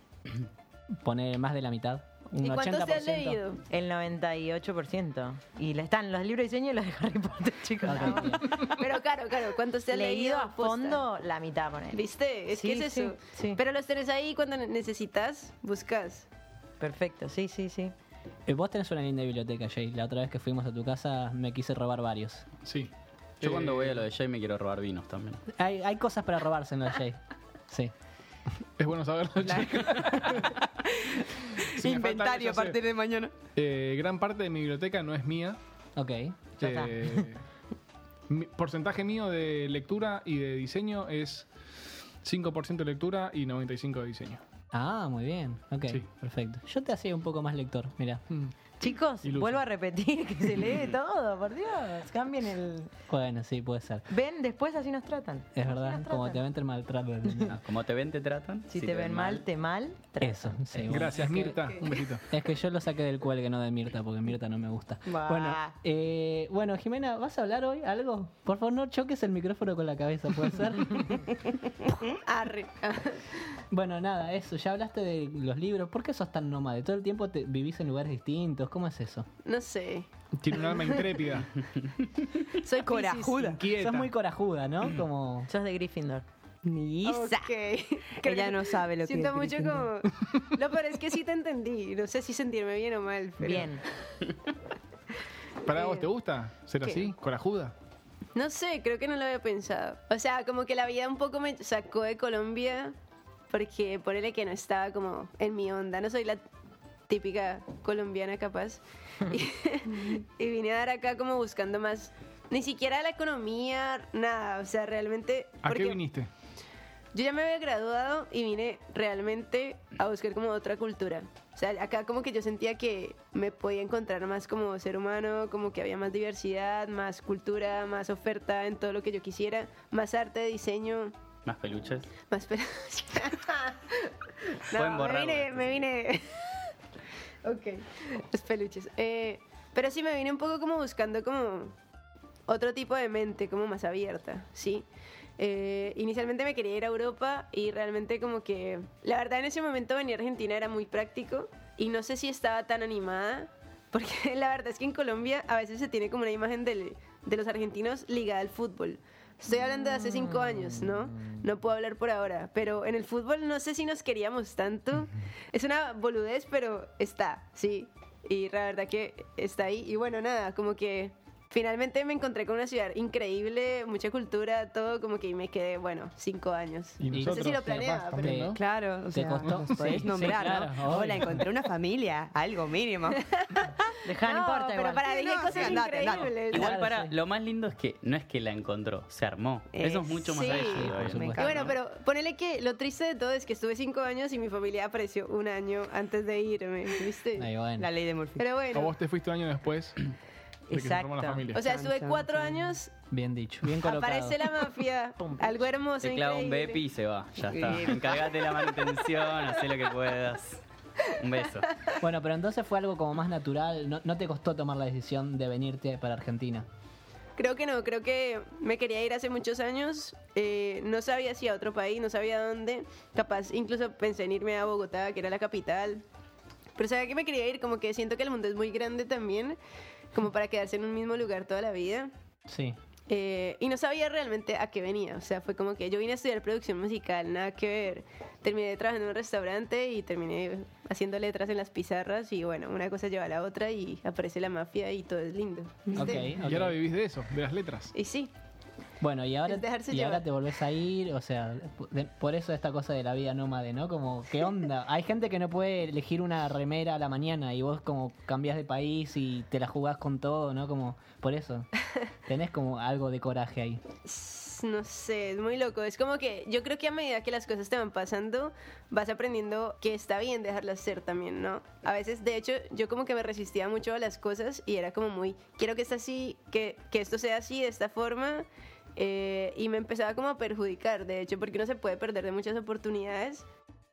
Speaker 3: Poner más de la mitad. Un
Speaker 8: ¿Y cuántos te has
Speaker 3: 80%.
Speaker 8: leído?
Speaker 5: El 98%. Y la- están los libros de diseño y los de Harry Potter, [LAUGHS] chicos.
Speaker 3: Ok, bien.
Speaker 8: Pero claro, claro, ¿cuántos te has
Speaker 5: Leído a
Speaker 8: posta?
Speaker 5: fondo la mitad, ponele.
Speaker 8: ¿Viste? Es
Speaker 5: Sí,
Speaker 8: que es
Speaker 5: sí,
Speaker 8: eso.
Speaker 5: sí.
Speaker 8: Pero los tenés ahí cuando necesitas, buscas.
Speaker 5: Perfecto, sí, sí, sí.
Speaker 3: Eh, Vos tenés una linda biblioteca, Jay. La otra vez que fuimos a tu casa me quise robar varios.
Speaker 4: Sí.
Speaker 6: Yo cuando
Speaker 4: Eh,
Speaker 6: voy a lo de Jay me quiero robar vinos también.
Speaker 3: Hay, hay cosas para robarse en la Jay. Sí.
Speaker 4: Es bueno saberlo,
Speaker 5: [LAUGHS]
Speaker 4: chicos. Si me falta algo,
Speaker 1: Inventario
Speaker 4: ya
Speaker 1: a
Speaker 4: sé.
Speaker 1: partir de mañana.
Speaker 4: Eh, gran parte de mi biblioteca no es mía.
Speaker 3: Ok.
Speaker 5: Ya está.
Speaker 4: Eh, [LAUGHS] mi- porcentaje mío de lectura y de diseño es 5% lectura y 95% de diseño.
Speaker 3: Ah, muy bien. Ok,
Speaker 4: Sí.
Speaker 3: perfecto. Yo te hacía un poco más lector, mira.
Speaker 4: Mm.
Speaker 5: Chicos,
Speaker 4: Iluso.
Speaker 5: vuelvo a repetir que se lee todo, por Dios. Cambien el.
Speaker 3: Bueno, sí, puede ser.
Speaker 5: Ven, después así nos tratan.
Speaker 3: Es
Speaker 5: Así
Speaker 3: verdad,
Speaker 5: nos
Speaker 3: como
Speaker 5: tratan.
Speaker 3: te mente el maltrato.
Speaker 6: [LAUGHS] Ah, Como te ven, te tratan.
Speaker 5: Si, te ven mal, te mal. tratan.
Speaker 3: Eso, sí. bueno.
Speaker 4: Gracias, Mirta. Un besito.
Speaker 3: Es que yo lo saqué del cuelgue, no de Mirta, porque Mirta no me gusta.
Speaker 5: Bah.
Speaker 3: Bueno, eh, bueno, Jimena, ¿vas a hablar hoy algo? Por favor, no choques el micrófono con la cabeza, ¿puede ser?
Speaker 8: Arre. ah,
Speaker 3: bueno, nada, eso. Ya hablaste de los libros. ¿Por qué sos tan nómade? ¿Todo el tiempo te, vivís en lugares distintos? ¿Cómo es eso?
Speaker 8: No sé.
Speaker 4: Tiene un
Speaker 8: [LAUGHS]
Speaker 4: alma intrépida.
Speaker 8: Soy
Speaker 1: Corajuda.
Speaker 4: Inquieta.
Speaker 3: Sos muy corajuda,
Speaker 4: Mm.
Speaker 3: ¿no? Como...
Speaker 5: Sos de Gryffindor.
Speaker 1: Ni
Speaker 8: Piscis.
Speaker 1: isa.
Speaker 8: Ok.
Speaker 1: [LAUGHS]
Speaker 8: Creo
Speaker 1: Ella
Speaker 8: que
Speaker 1: no sabe lo que
Speaker 8: Siento
Speaker 1: es
Speaker 8: mucho como. No, pero es que sí te entendí. No sé si sentirme bien o mal. pero-
Speaker 5: Bien.
Speaker 4: ¿Para vos te gusta ser
Speaker 8: eh, ¿Qué?
Speaker 4: así? ¿Corajuda?
Speaker 8: No sé, creo que no lo había pensado. O sea, como que la vida un poco me sacó de Colombia porque ponele que no estaba como en mi onda. No soy la típica colombiana capaz.
Speaker 4: [LAUGHS]
Speaker 8: Y, y vine a dar acá como buscando más. Ni siquiera la economía, nada. O sea, realmente.
Speaker 4: ¿A qué
Speaker 8: porque-
Speaker 4: viniste?
Speaker 8: yo ya me había graduado y vine realmente a buscar como otra cultura. O sea, acá como que yo sentía que me podía encontrar más como ser humano, como que había más diversidad, más cultura, más oferta en todo lo que yo quisiera, más arte, diseño,
Speaker 6: Más peluches.
Speaker 8: más [LAUGHS] pero
Speaker 6: Pueden
Speaker 8: no, me
Speaker 6: borrarlo
Speaker 8: vine,
Speaker 6: después.
Speaker 8: me vine. [LAUGHS] ok, los peluches. Eh, pero sí me vine un poco como buscando como otro tipo de mente, como más abierta, ¿sí? Eh, inicialmente me quería ir a Europa y realmente como que... La verdad en ese momento venir a Argentina era muy práctico y no sé si estaba tan animada, porque [LAUGHS] la verdad es que en Colombia a veces se tiene como una imagen del- de los argentinos ligada al fútbol. Estoy hablando de hace cinco años, ¿no? No puedo hablar por ahora, pero en el fútbol no sé si nos queríamos tanto. Es una boludez, pero está, sí. Y la verdad que está ahí. Y bueno, nada, como que Finalmente me encontré con una ciudad increíble, mucha cultura, todo, como que me quedé, bueno, cinco años.
Speaker 4: Y
Speaker 8: No sé si
Speaker 4: nosotros,
Speaker 8: lo planeaba,
Speaker 4: capaz,
Speaker 8: pero...
Speaker 4: también,
Speaker 3: pero-
Speaker 4: ¿no?
Speaker 1: Claro, o sea,
Speaker 3: costó?
Speaker 1: [LAUGHS] los podés
Speaker 3: Sí,
Speaker 1: nombrar,
Speaker 3: sí, claro,
Speaker 1: ¿no? Hola,
Speaker 3: obvio.
Speaker 1: encontré una familia, algo mínimo.
Speaker 5: Dejá, no,
Speaker 8: No,
Speaker 5: importa
Speaker 8: pero
Speaker 5: igual.
Speaker 8: para
Speaker 1: Sí,
Speaker 8: dije
Speaker 1: no, sí,
Speaker 8: cosas
Speaker 1: andate, andate.
Speaker 8: increíbles.
Speaker 6: Igual
Speaker 3: Claro,
Speaker 6: para,
Speaker 3: sí.
Speaker 6: lo más lindo es que no es que la encontró, se armó.
Speaker 1: Eh,
Speaker 6: Eso es mucho más
Speaker 8: sí.
Speaker 6: bello
Speaker 3: Por
Speaker 6: todavía.
Speaker 3: supuesto.
Speaker 1: Me
Speaker 8: Y bueno, pero ponele que lo triste de todo es que estuve cinco años y mi familia apareció un año antes de irme, ¿viste?
Speaker 3: Ahí, bueno.
Speaker 1: La ley de Murphy.
Speaker 8: Pero
Speaker 4: O
Speaker 8: bueno,
Speaker 4: vos te fuiste un año después de que se formó la
Speaker 5: Exacto.
Speaker 4: familia.
Speaker 8: o sea,
Speaker 1: Chan,
Speaker 8: estuve
Speaker 1: chan,
Speaker 8: cuatro
Speaker 1: chan.
Speaker 8: años,
Speaker 3: Bien dicho, bien colocado.
Speaker 8: aparece la mafia, algo hermoso,
Speaker 6: Te clava un
Speaker 8: increíble.
Speaker 6: bepi y se va. Ya está.
Speaker 1: Bien.
Speaker 6: Encargate la manutención, hacé lo que puedas. Un beso.
Speaker 3: Bueno, pero entonces fue algo como más natural. No, no te costó tomar la decisión de venirte para Argentina.
Speaker 8: Creo que no, creo que me quería ir hace muchos años. eh, no sabía si a otro país, no sabía dónde. Capaz, incluso pensé en irme a Bogotá, que era la capital. Pero sabía que me quería ir, como que siento que el mundo es muy grande también, como para quedarse en un mismo lugar toda la vida.
Speaker 3: Sí.
Speaker 8: Eh, y no sabía realmente a qué venía. O sea, fue como que yo vine a estudiar producción musical, nada que ver. Terminé trabajando en un restaurante y terminé haciendo letras en las pizarras. Y bueno, una cosa lleva a la otra y aparece la mafia y todo es lindo.
Speaker 3: Ok.
Speaker 4: Y ahora
Speaker 3: ok.
Speaker 4: vivís de eso, de las letras.
Speaker 8: Y sí,
Speaker 3: Bueno, y ahora,
Speaker 8: Es dejarse
Speaker 3: y
Speaker 8: llevar.
Speaker 3: ahora te volvés a ir, o sea, de- por eso esta cosa de la vida nómade, ¿no? Como, ¿qué onda? Hay gente que no puede elegir una remera a la mañana y vos como cambias de país y te la jugás con todo, ¿no? Como, por eso. Tenés como algo de coraje ahí.
Speaker 8: s- no sé, es muy loco. Es como que yo creo que a medida que las cosas te van pasando, vas aprendiendo que está bien dejarlas ser también, ¿no? A veces, de hecho, yo como que me resistía mucho a las cosas y era como muy, quiero que esté así, que, que esto sea así, de esta forma. eh, y me empezaba como a perjudicar, de hecho, porque uno se puede perder de muchas oportunidades.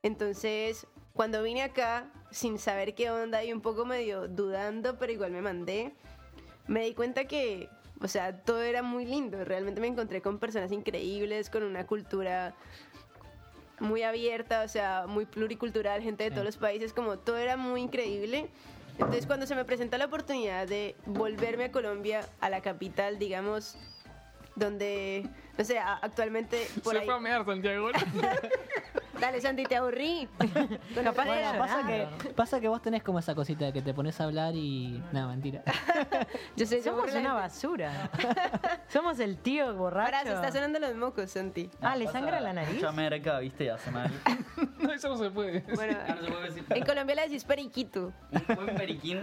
Speaker 8: Entonces, cuando vine acá, sin saber qué onda y un poco medio dudando, pero igual me mandé, me di cuenta que, o sea, todo era muy lindo. Realmente me encontré con personas increíbles, con una cultura muy abierta, o sea, muy pluricultural, gente de todos los países, como todo era muy increíble. Entonces, cuando se me presenta la oportunidad de volverme a Colombia, a la capital, digamos, donde, no sé, a-
Speaker 4: [LAUGHS]
Speaker 8: actualmente por
Speaker 4: se
Speaker 8: ahí...
Speaker 4: fue a mear Santiago. [LAUGHS]
Speaker 8: Dale, Santi, te aburrí. Con
Speaker 5: Capaz
Speaker 8: otra
Speaker 5: de llorar.
Speaker 8: cosa.
Speaker 3: Pasa que, pasa que vos tenés como esa cosita de que te pones a hablar y... No, mentira.
Speaker 8: Yo sé, yo
Speaker 5: Somos
Speaker 8: aburrí la
Speaker 5: una
Speaker 8: gente.
Speaker 5: basura. Somos el tío borracho.
Speaker 8: Ahora se está sonando los mocos, Santi.
Speaker 5: Ah, ¿le sangra la nariz?
Speaker 6: Mucha merca, viste, y hace mal.
Speaker 4: no, eso no se puede.
Speaker 8: Bueno,
Speaker 6: Ya Ah, no se puede decir.
Speaker 8: en Colombia le decís periquito.
Speaker 6: Un buen periquín.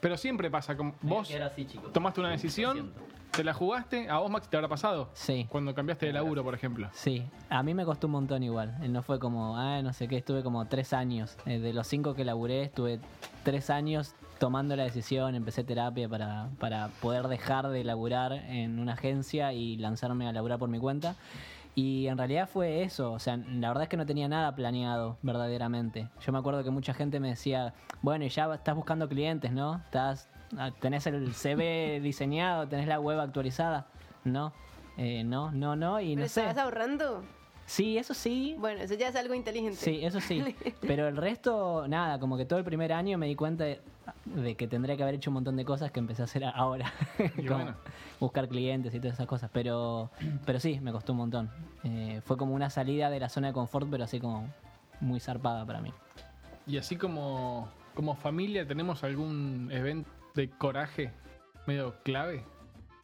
Speaker 4: Pero siempre pasa. Como vos
Speaker 6: que Era así, chicos.
Speaker 4: tomaste una decisión, te la jugaste, a vos, Max, te habrá pasado.
Speaker 3: Sí.
Speaker 4: Cuando cambiaste de laburo, por ejemplo.
Speaker 3: Sí, a mí me costó un montón igual. Eh, No fue como, ah, no sé qué, estuve como tres años. Eh, De los cinco que laburé, estuve tres años tomando la decisión, empecé terapia para, para poder dejar de laburar en una agencia y lanzarme a laburar por mi cuenta. Y en realidad fue eso, o sea, la verdad es que no tenía nada planeado verdaderamente. Yo me acuerdo que mucha gente me decía, bueno, y ya estás buscando clientes, ¿no? Estás, ah, tenés el CV [LAUGHS] diseñado, tenés la web actualizada. No, eh, no, no, no, y
Speaker 8: ¿Pero
Speaker 3: no sé.
Speaker 8: estabas ahorrando?
Speaker 3: Sí, eso sí.
Speaker 8: Bueno, eso ya es algo inteligente.
Speaker 3: Sí, eso sí. Pero el resto, nada, como que todo el primer año me di cuenta de, de que tendría que haber hecho un montón de cosas que empecé a hacer ahora. [LAUGHS]
Speaker 4: Y
Speaker 3: Como
Speaker 4: bueno.
Speaker 3: Buscar clientes y todas esas cosas. Pero, pero sí, me costó un montón. Eh, fue como una salida de la zona de confort, pero así como muy zarpada para mí.
Speaker 4: Y así como, como familia, ¿tenemos algún evento de coraje medio clave?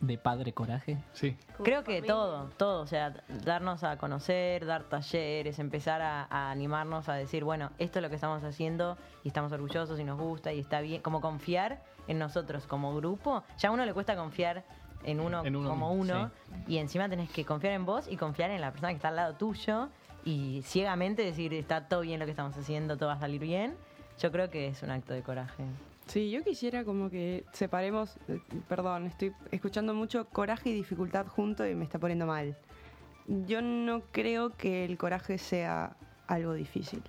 Speaker 3: De padre coraje.
Speaker 4: Sí.
Speaker 5: Creo que todo, todo, o sea, darnos a conocer, dar talleres, empezar a, a animarnos a decir, bueno, esto es lo que estamos haciendo y estamos orgullosos y nos gusta y está bien, como confiar en nosotros como grupo, ya a uno le cuesta confiar en uno,
Speaker 4: En uno
Speaker 5: como
Speaker 4: mismo,
Speaker 5: uno y encima tenés que confiar en vos y confiar en la persona que está al lado tuyo y ciegamente decir, está todo bien lo que estamos haciendo, todo va a salir bien. Yo creo que es un acto de coraje.
Speaker 1: [LAUGHS] Sí, yo quisiera como que separemos, eh, perdón, estoy escuchando mucho coraje y dificultad junto y me está poniendo mal. Yo no creo que el coraje sea algo difícil.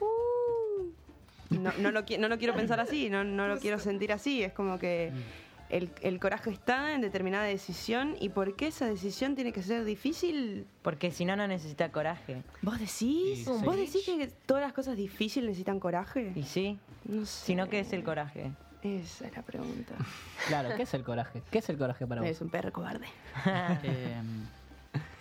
Speaker 1: Uh. No, no, lo, qui- no lo quiero pensar así, no, no lo quiero sentir así, es como que el, el coraje está en determinada decisión y por qué esa decisión tiene que ser difícil.
Speaker 5: Porque si no, no necesita coraje.
Speaker 1: ¿Vos decís?
Speaker 3: Sí, sí.
Speaker 1: ¿Vos decís que todas las cosas difíciles necesitan coraje?
Speaker 5: Y sí,
Speaker 1: No sé.
Speaker 5: sino que es el coraje.
Speaker 1: Esa es la pregunta.
Speaker 3: Claro, ¿qué es el coraje? ¿Qué es el coraje para vos?
Speaker 1: Es un perro cobarde.
Speaker 6: Em,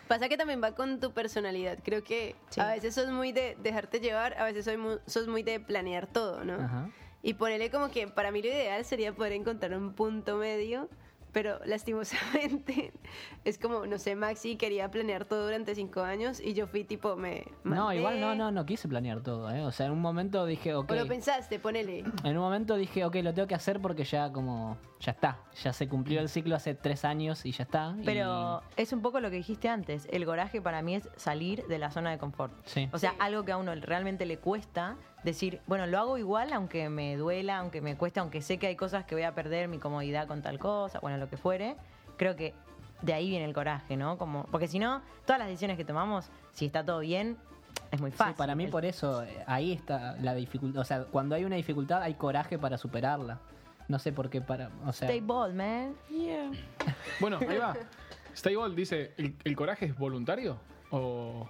Speaker 8: Pasa que también va con tu personalidad. Creo que
Speaker 1: Sí.
Speaker 8: a veces sos muy de dejarte llevar, a veces soy mu- sos muy de planear todo, ¿no?
Speaker 3: Ajá.
Speaker 8: Y ponerle como que para mí lo ideal sería poder encontrar un punto medio, pero lastimosamente [LAUGHS] es como, no sé, Maxi quería planear todo durante cinco años y yo fui tipo, me...
Speaker 3: No,
Speaker 8: mandé.
Speaker 3: igual no, no, no quise planear todo, ¿eh? O sea, en un momento dije, ok.
Speaker 8: O lo pensaste, ponele.
Speaker 3: En un momento dije, ok, lo tengo que hacer porque ya como, ya está. Ya se cumplió el ciclo hace tres años y ya está. y-
Speaker 5: Pero es un poco lo que dijiste antes. El coraje para mí es salir de la zona de confort.
Speaker 3: Sí.
Speaker 5: O sea, algo que a uno realmente le cuesta decir, bueno, lo hago igual, aunque me duela, aunque me cueste, aunque sé que hay cosas que voy a perder, mi comodidad con tal cosa, bueno, lo que fuere. Creo que de ahí viene el coraje, ¿no? Como, porque si no, todas las decisiones que tomamos, si está todo bien, es muy
Speaker 3: Sí,
Speaker 5: fácil.
Speaker 3: para mí
Speaker 5: El-
Speaker 3: por eso, eh, ahí está la dificultad. O sea, cuando hay una dificultad hay coraje para superarla. No sé por qué para... O sea,
Speaker 5: Stay bold, man.
Speaker 4: Bueno,
Speaker 3: [LAUGHS]
Speaker 4: ahí va. Stay Ball dice, ¿el, el coraje es voluntario? ¿O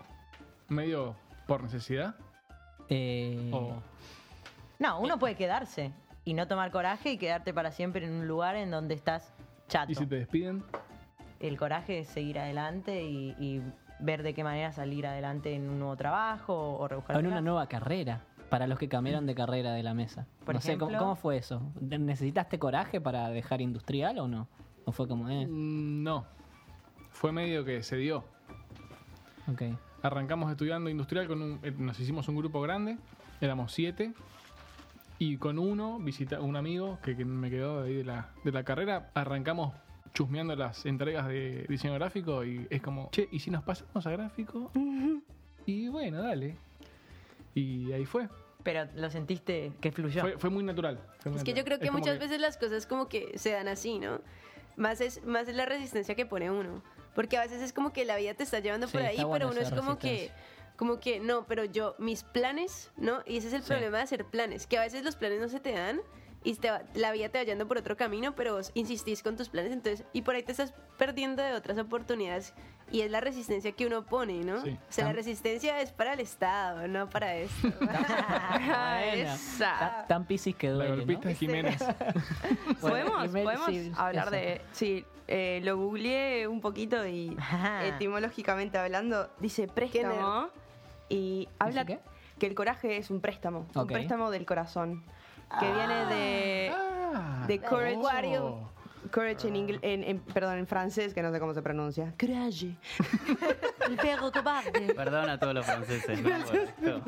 Speaker 4: medio por necesidad?
Speaker 3: eh,
Speaker 4: ¿O
Speaker 5: No, uno puede quedarse y no tomar coraje y quedarte para siempre en un lugar en donde estás chato.
Speaker 4: y si te despiden?
Speaker 5: el coraje de seguir adelante y, y ver de qué manera salir adelante en un nuevo trabajo o rebuscar.
Speaker 3: o en una nueva carrera. Para los que cambiaron de carrera de la mesa.
Speaker 5: Por
Speaker 3: no sé, ¿cómo,
Speaker 5: ejemplo.
Speaker 3: cómo fue eso? ¿Necesitaste coraje para dejar industrial o no? ¿O fue como, eh,
Speaker 4: Mm, No. Fue medio que se dio.
Speaker 3: ok?
Speaker 4: Arrancamos estudiando industrial, con un- eh, nos hicimos un grupo grande, éramos siete. Y con uno, visita, un amigo que, que me quedó de ahí de la, de la carrera, arrancamos chusmeando las entregas de diseño gráfico y es como, che, ¿y si nos pasamos a gráfico? Y bueno, dale. Y ahí fue.
Speaker 5: Pero lo sentiste que fluyó.
Speaker 4: Fue, fue muy natural. fue muy
Speaker 8: Es que
Speaker 4: natural.
Speaker 8: yo creo que
Speaker 4: como
Speaker 8: muchas veces las cosas como que se dan así, ¿no? Más es, más es la resistencia que pone uno. Porque a veces es como que la vida te está llevando
Speaker 3: Sí,
Speaker 8: por
Speaker 3: está
Speaker 8: ahí,
Speaker 3: buena
Speaker 8: pero uno
Speaker 3: esa
Speaker 8: es como que,
Speaker 3: resistencia.
Speaker 8: como que, no, pero yo, mis planes, ¿no? Y ese es el
Speaker 3: Sí.
Speaker 8: problema de hacer planes, que a veces los planes no se te dan y te va- la vida te va yendo por otro camino, pero vos insistís con tus planes, entonces, y por ahí te estás perdiendo de otras oportunidades. Y es la resistencia que uno pone, ¿no?
Speaker 4: Sí.
Speaker 8: O sea, la resistencia es para el Estado, no
Speaker 3: [LAUGHS]
Speaker 8: para esto.
Speaker 3: Ah, Bueno,
Speaker 1: [LAUGHS]
Speaker 5: Ah.
Speaker 1: Esa.
Speaker 3: ta- tan piscis que
Speaker 4: La
Speaker 3: duele, ¿no?
Speaker 4: golpista de Jiménez.
Speaker 3: Bueno,
Speaker 1: ¿Podemos,
Speaker 3: email,
Speaker 1: podemos
Speaker 3: sí,
Speaker 1: hablar
Speaker 3: eso.
Speaker 1: de... Sí, eh, lo googleé un poquito y
Speaker 5: Ajá.
Speaker 1: etimológicamente hablando dice préstamo y habla
Speaker 3: qué?
Speaker 1: que el coraje es un préstamo, un
Speaker 3: Ok.
Speaker 1: préstamo del corazón, que viene
Speaker 8: eh,
Speaker 1: de
Speaker 4: Ah,
Speaker 1: de Courage.
Speaker 4: oh.
Speaker 1: courage en, ingle- en- en- perdón, en francés, que no sé cómo se pronuncia. Courage.
Speaker 5: El perro cobarde.
Speaker 6: perdón a todos los franceses. ¿no? Por esto.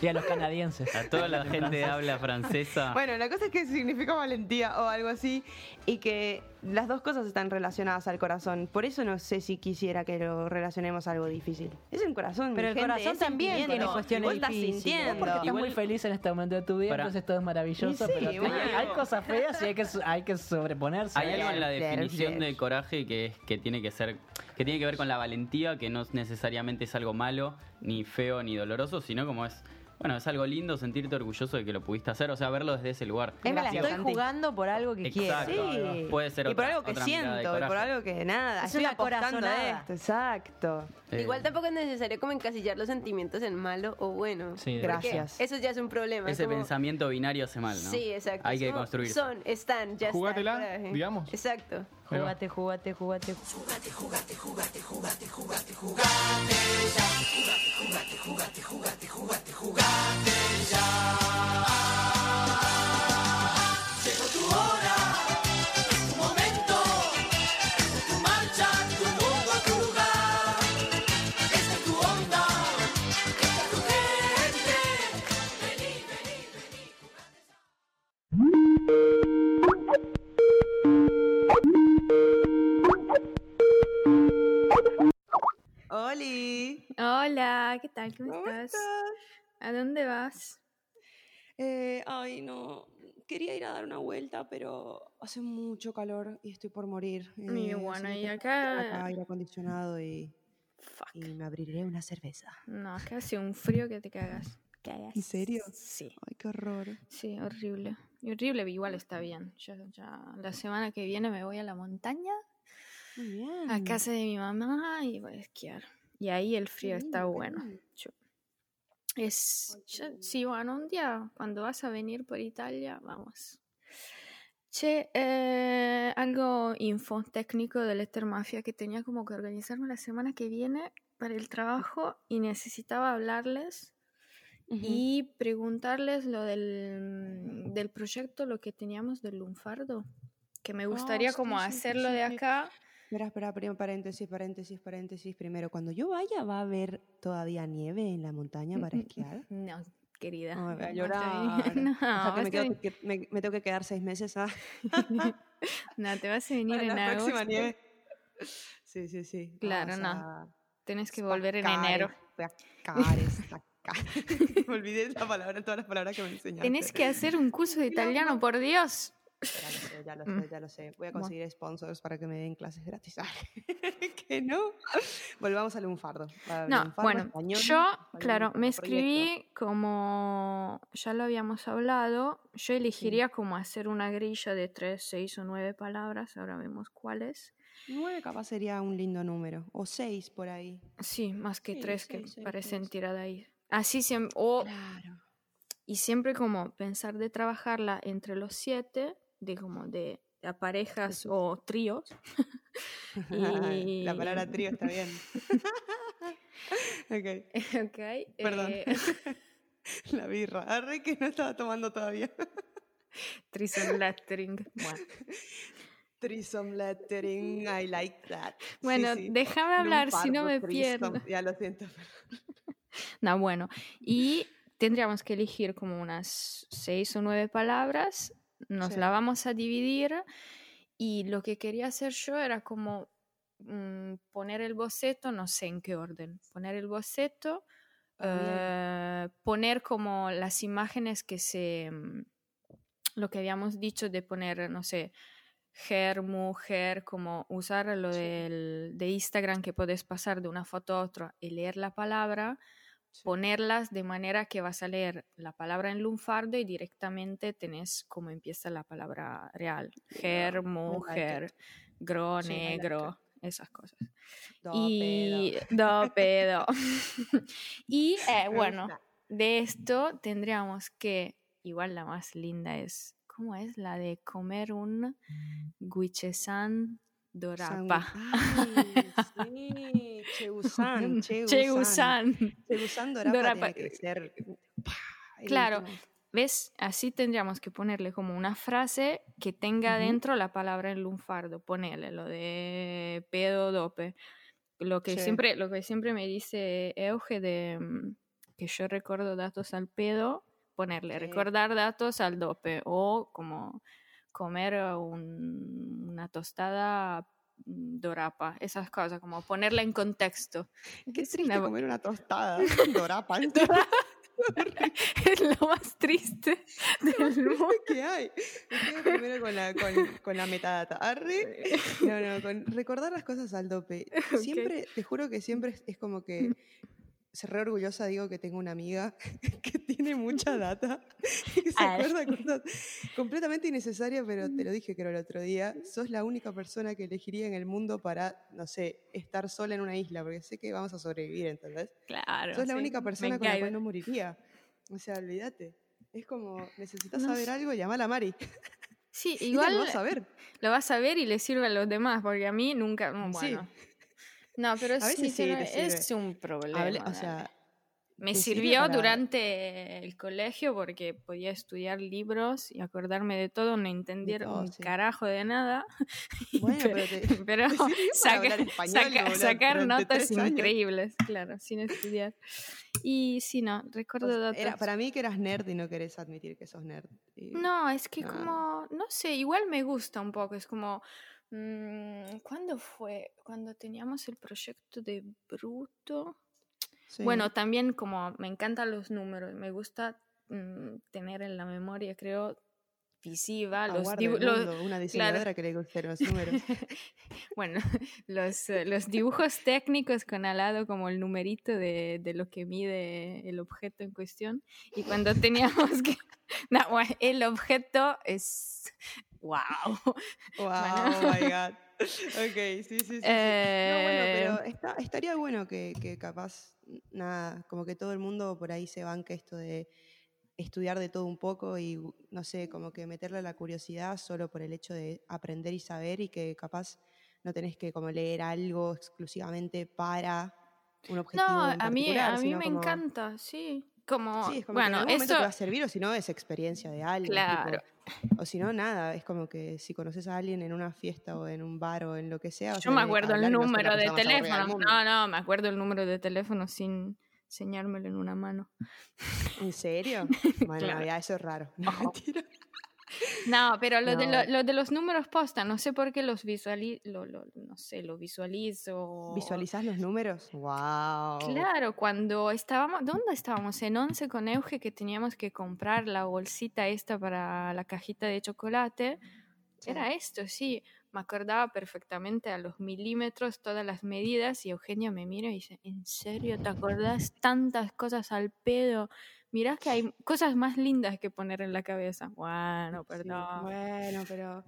Speaker 3: Y a los canadienses.
Speaker 6: A toda la gente de habla francesa.
Speaker 1: Bueno, la cosa es que significa valentía o algo así y que las dos cosas están relacionadas al corazón. Por eso no sé si quisiera que lo relacionemos a algo difícil. Es el corazón.
Speaker 5: Pero el
Speaker 1: gente,
Speaker 5: corazón
Speaker 1: es
Speaker 5: también
Speaker 1: sentimiento.
Speaker 5: tiene cuestiones
Speaker 1: Vos estás
Speaker 5: difíciles.
Speaker 1: sintiendo.
Speaker 5: Vos
Speaker 3: Porque estás
Speaker 6: Igual-
Speaker 3: muy feliz en este momento de tu vida,
Speaker 6: Pará.
Speaker 3: entonces todo es maravilloso.
Speaker 1: Y sí,
Speaker 3: pero te-
Speaker 1: bueno.
Speaker 3: hay cosas feas y hay que, su- hay que sobreponerse.
Speaker 6: Hay algo en la
Speaker 1: Flair,
Speaker 6: definición
Speaker 1: flair.
Speaker 6: del coraje que es que tiene que ser que tiene que ver con la valentía, que no necesariamente es algo malo, ni feo, ni doloroso, sino como es bueno, es algo lindo sentirte orgulloso de que lo pudiste hacer, o sea, verlo desde ese lugar.
Speaker 5: Es me la
Speaker 1: Gracias,
Speaker 5: estoy
Speaker 1: Santi.
Speaker 5: jugando por algo que quiero.
Speaker 6: Exacto.
Speaker 1: Sí.
Speaker 6: Ah, Puede ser
Speaker 1: Y por
Speaker 6: otra-
Speaker 1: algo que
Speaker 6: otra mirada de
Speaker 1: siento, y por
Speaker 6: coraje.
Speaker 1: algo que nada.
Speaker 5: Es
Speaker 1: estoy
Speaker 5: una
Speaker 1: apostando a
Speaker 5: corazonada.
Speaker 1: esto, exacto.
Speaker 6: Eh,
Speaker 8: Igual tampoco es necesario como encasillar los sentimientos en malo o bueno.
Speaker 3: Sí, de
Speaker 8: Porque
Speaker 1: Gracias.
Speaker 8: Eso ya es un problema.
Speaker 6: ese
Speaker 8: como-
Speaker 6: pensamiento binario hace mal, ¿no?
Speaker 8: Sí, exacto.
Speaker 6: Hay
Speaker 8: es
Speaker 6: que
Speaker 8: como
Speaker 6: construir.
Speaker 8: Son, están, ya está,
Speaker 4: Jugátela,
Speaker 8: coraje.
Speaker 4: digamos.
Speaker 8: Exacto.
Speaker 4: Ahí va.
Speaker 5: Jugate, jugate, jugate.
Speaker 1: Oli,
Speaker 9: Hola, ¿qué tal? ¿Cómo,
Speaker 1: ¿cómo
Speaker 9: estás?
Speaker 1: estás?
Speaker 9: ¿A dónde vas?
Speaker 1: eh, ay, no, quería ir a dar una vuelta, pero hace mucho calor y estoy por morir. Eh,
Speaker 9: Y bueno,
Speaker 1: así que
Speaker 9: y
Speaker 1: tengo
Speaker 9: acá-
Speaker 1: que ir acá, aire acondicionado y, y me abriré una cerveza.
Speaker 9: No, acá hace un frío que te cagas.
Speaker 1: ¿En serio?
Speaker 9: Sí.
Speaker 1: Ay, qué horror.
Speaker 9: Sí, horrible. Y horrible, pero igual está bien. Yo ya la semana que viene me voy a la montaña,
Speaker 1: Muy bien.
Speaker 9: a casa de mi mamá y voy a esquiar. Y ahí el frío está bueno. Yo- Es, yo- sí, bueno, un día cuando vas a venir por Italia, vamos. Che, eh, algo info técnico de Lester Mafia que tenía como que organizarme la semana que viene para el trabajo y necesitaba hablarles y preguntarles lo del, del proyecto, lo que teníamos del lunfardo, que me gustaría
Speaker 1: Oh, sí,
Speaker 9: como
Speaker 1: sí, sí,
Speaker 9: hacerlo
Speaker 1: sí,
Speaker 9: de
Speaker 1: sí.
Speaker 9: acá.
Speaker 1: Espera, espera, primero paréntesis, paréntesis, paréntesis. Primero, cuando yo vaya, ¿va a haber todavía nieve en la montaña para esquiar?
Speaker 9: No, querida.
Speaker 1: Ay, voy a
Speaker 9: no,
Speaker 1: llorar. [LAUGHS]
Speaker 9: [LAUGHS] te- No,
Speaker 1: O sea, que
Speaker 9: vas
Speaker 1: me,
Speaker 9: a
Speaker 1: quedo-
Speaker 9: ven-
Speaker 1: que me- me tengo que quedar seis meses a,
Speaker 9: [LAUGHS] no,
Speaker 1: [LAUGHS]
Speaker 9: te vas a venir
Speaker 1: para
Speaker 9: en
Speaker 1: la
Speaker 9: agosto.
Speaker 1: próxima nieve. Sí, sí, sí.
Speaker 9: Claro, no. Tenés que volver en
Speaker 1: Pacares,
Speaker 9: enero. [LAUGHS]
Speaker 1: pacares, pacares. [LAUGHS] me olvidé la palabra, todas las palabras que me enseñaste.
Speaker 9: Tenés que hacer un curso de italiano, por Dios.
Speaker 1: Ya lo sé, ya lo
Speaker 9: Mm.
Speaker 1: sé, ya lo sé. Voy a conseguir sponsors para que me den clases gratis. [LAUGHS] Ah, que no. Volvamos al lunfardo. Va a haber
Speaker 9: No,
Speaker 1: lunfardo,
Speaker 9: bueno,
Speaker 1: español,
Speaker 9: yo,
Speaker 1: hay un
Speaker 9: claro, me
Speaker 1: proyecto.
Speaker 9: escribí como ya lo habíamos hablado. Yo elegiría como hacer una grilla de tres, seis o nueve palabras. Ahora vemos cuáles.
Speaker 1: Nueve capaz sería un lindo número. O seis por ahí.
Speaker 9: Sí, más que
Speaker 1: Sí,
Speaker 9: tres que
Speaker 1: seis, seis,
Speaker 9: parecen
Speaker 1: seis.
Speaker 9: tiradas ahí. Así siempre.
Speaker 1: [LAUGHS]
Speaker 9: O
Speaker 1: Claro.
Speaker 9: y siempre como pensar de trabajarla entre los siete, de como de a parejas o tríos. Y-
Speaker 1: La palabra trío está bien. ok.
Speaker 9: [LAUGHS] ok.
Speaker 1: Perdón.
Speaker 9: [LAUGHS] eh,
Speaker 1: [LAUGHS] La birra. Arre que no estaba tomando todavía.
Speaker 9: threesome lettering. [LAUGHS] Bueno,
Speaker 1: Threesome lettering, I like that. Sí,
Speaker 9: Bueno,
Speaker 1: sí.
Speaker 9: déjame hablar, si no
Speaker 1: Lunfardo,
Speaker 9: me
Speaker 1: threesome.
Speaker 9: pierdo.
Speaker 1: Ya lo siento. [LAUGHS]
Speaker 9: No, bueno. Y tendríamos que elegir como unas seis o nueve palabras. Nos
Speaker 1: Sí.
Speaker 9: la vamos a dividir. Y lo que quería hacer yo era como mm, poner el boceto, no sé en qué orden, poner el boceto, eh, poner como las imágenes que se... mm, Lo que habíamos dicho de poner, no sé, her, mujer, como usar lo del- de Instagram que puedes pasar de una foto a otra y leer la palabra, ponerlas de manera que vas a leer la palabra en lunfardo y directamente tenés cómo empieza la palabra real. Her, mujer, gro,
Speaker 1: Sí, I like
Speaker 9: negro, esas cosas.
Speaker 1: Do,
Speaker 9: y do, pedo. [LAUGHS]
Speaker 1: [LAUGHS]
Speaker 9: y eh,
Speaker 1: pedo.
Speaker 9: bueno, de esto tendríamos que, igual la más linda es, ¿cómo es? La de comer un
Speaker 1: Mm.
Speaker 9: guichesan dorapa.
Speaker 1: Ah, Ay, sí,
Speaker 9: [LAUGHS]
Speaker 1: Cheusan, Cheusan.
Speaker 9: Cheusan.
Speaker 1: Cheusan Dorapa
Speaker 9: Dorapa.
Speaker 1: tiene que ser, pa, el
Speaker 9: Claro.
Speaker 1: último.
Speaker 9: ¿Ves? Así tendríamos que ponerle como una frase que tenga
Speaker 1: Ujú.
Speaker 9: dentro la palabra en lunfardo. Ponerle lo de pedo dope. Lo que,
Speaker 1: Sí.
Speaker 9: siempre, lo que siempre me dice Euge de mm, que yo recuerdo datos al pedo, ponerle
Speaker 1: Sí.
Speaker 9: recordar datos al dope. O como comer un- una tostada mm, dorapa. Esas cosas, como ponerla en contexto.
Speaker 1: Qué
Speaker 9: Es
Speaker 1: triste
Speaker 9: una- [LAUGHS]
Speaker 1: comer una tostada. Dorapa. [LAUGHS]
Speaker 9: es lo más triste del mundo.
Speaker 1: ¿Qué hay? Me quedo primero con la, con, con la metadata. Arre. No, no, con recordar las cosas al
Speaker 9: [LAUGHS]
Speaker 1: dope. Siempre, te juro que siempre es, es como que. Se re orgullosa, digo que tengo una amiga [LAUGHS] que tiene mucha data y que se
Speaker 9: Ah.
Speaker 1: acuerda cosas completamente innecesarias, pero te lo dije creo el otro día. Sos la única persona que elegiría en el mundo para, no sé, estar sola en una isla, porque sé que vamos a sobrevivir, ¿entendés?
Speaker 9: Claro.
Speaker 1: Sos la
Speaker 9: sí,
Speaker 1: única
Speaker 9: me
Speaker 1: persona con la
Speaker 9: encaigo.
Speaker 1: cual no moriría. O sea, olvídate. Es como, necesitas
Speaker 9: No
Speaker 1: saber
Speaker 9: sé.
Speaker 1: algo, llamar a Mari. [LAUGHS]
Speaker 9: Sí,
Speaker 1: Igual
Speaker 9: igual
Speaker 1: lo vas a ver.
Speaker 9: lo vas a ver y le sirve a los demás, porque a mí nunca. mm,
Speaker 1: Sí.
Speaker 9: Bueno. No, pero
Speaker 1: veces
Speaker 9: sí,
Speaker 1: sí
Speaker 9: pero
Speaker 1: te sirve.
Speaker 9: es un problema.
Speaker 1: Hable- o
Speaker 9: dale.
Speaker 1: sea,
Speaker 9: Me
Speaker 1: te sirve
Speaker 9: sirvió
Speaker 1: para-
Speaker 9: durante el colegio porque podía estudiar libros y acordarme de todo, no entender
Speaker 1: todo,
Speaker 9: un
Speaker 1: sí.
Speaker 9: carajo de nada, [LAUGHS]
Speaker 1: bueno, pero te, te
Speaker 9: pero
Speaker 1: sirvió para
Speaker 9: saca-
Speaker 1: hablar español,
Speaker 9: saca-
Speaker 1: boludo,
Speaker 9: sacar
Speaker 1: durante
Speaker 9: notas
Speaker 1: tres años.
Speaker 9: increíbles, claro, sin estudiar. Y sí, no,
Speaker 1: O
Speaker 9: recuerdo
Speaker 1: sea,
Speaker 9: datos.
Speaker 1: Pues, era- para mí que eras nerd y no querés admitir que sos nerd. Y-
Speaker 9: No, es que
Speaker 1: no.
Speaker 9: como, no sé, igual me gusta un poco, es como, mm, ¿cuándo fue? Cuando teníamos el proyecto de Bruto.
Speaker 1: sí.
Speaker 9: Bueno, también como me encantan los números, me gusta mm, tener en la memoria, creo, visiva los,
Speaker 1: Aguarda
Speaker 9: dibu-
Speaker 1: Ah, el
Speaker 9: los-
Speaker 1: mundo, una diseñadora que le gusten los números.
Speaker 9: [LAUGHS] bueno, los, eh, los dibujos técnicos con al lado como el numerito de, de lo que mide el objeto en cuestión. Y cuando teníamos que... [LAUGHS] No, bueno, el objeto es... [LAUGHS] ¡Wow!
Speaker 1: Wow,
Speaker 9: [LAUGHS] Bueno.
Speaker 1: oh my god. [LAUGHS] Ok, sí, sí, sí, sí.
Speaker 9: Eh,
Speaker 1: No, bueno, pero está- estaría bueno que, que capaz, nada, como que todo el mundo por ahí se banque esto de estudiar de todo un poco y, no sé, como que meterle la curiosidad solo por el hecho de aprender y saber y que capaz no tenés que como leer algo exclusivamente para un objetivo
Speaker 9: No,
Speaker 1: en
Speaker 9: a mí, a
Speaker 1: particular,
Speaker 9: mí
Speaker 1: sino
Speaker 9: me
Speaker 1: como-
Speaker 9: encanta, sí. Como,
Speaker 1: Sí, es como
Speaker 9: Oh, bueno,
Speaker 1: que en algún momento
Speaker 9: eso...
Speaker 1: te va a servir o si no es experiencia de algo. tipo,
Speaker 9: Claro.
Speaker 1: o si no, nada. Es como que si conoces a alguien en una fiesta o en un bar o en lo que sea. vas
Speaker 9: Yo
Speaker 1: a
Speaker 9: me
Speaker 1: tener que
Speaker 9: acuerdo el
Speaker 1: hablar y vas a ser la
Speaker 9: número de
Speaker 1: persona más aburrida del
Speaker 9: teléfono.
Speaker 1: mundo.
Speaker 9: No, no, me acuerdo el número de teléfono sin enseñármelo en
Speaker 1: [LAUGHS]
Speaker 9: una mano.
Speaker 1: ¿En
Speaker 9: [LAUGHS]
Speaker 1: serio? Bueno,
Speaker 9: Claro. Oh,
Speaker 1: ya, eso es
Speaker 9: [LAUGHS]
Speaker 1: raro. [LAUGHS] Mentira.
Speaker 9: No, pero lo, De,
Speaker 1: No.
Speaker 9: lo, lo de los números posta, no sé por qué los visualizo, lo, lo- no sé, lo visualizo.
Speaker 1: ¿Visualizás los números?
Speaker 9: oh.
Speaker 1: ¡Wow!
Speaker 9: Claro, cuando estábamos, ¿dónde estábamos? En 11 con Euge que teníamos que comprar la bolsita esta para la cajita de chocolate. Era esto, sí. Me acordaba perfectamente a los milímetros, todas las medidas, y Eugenia me mira y dice, ¿en serio te acordás tantas cosas al pedo? Mirá que hay cosas más lindas que poner en la cabeza. Bueno,
Speaker 1: Sí,
Speaker 9: perdón.
Speaker 1: Bueno, pero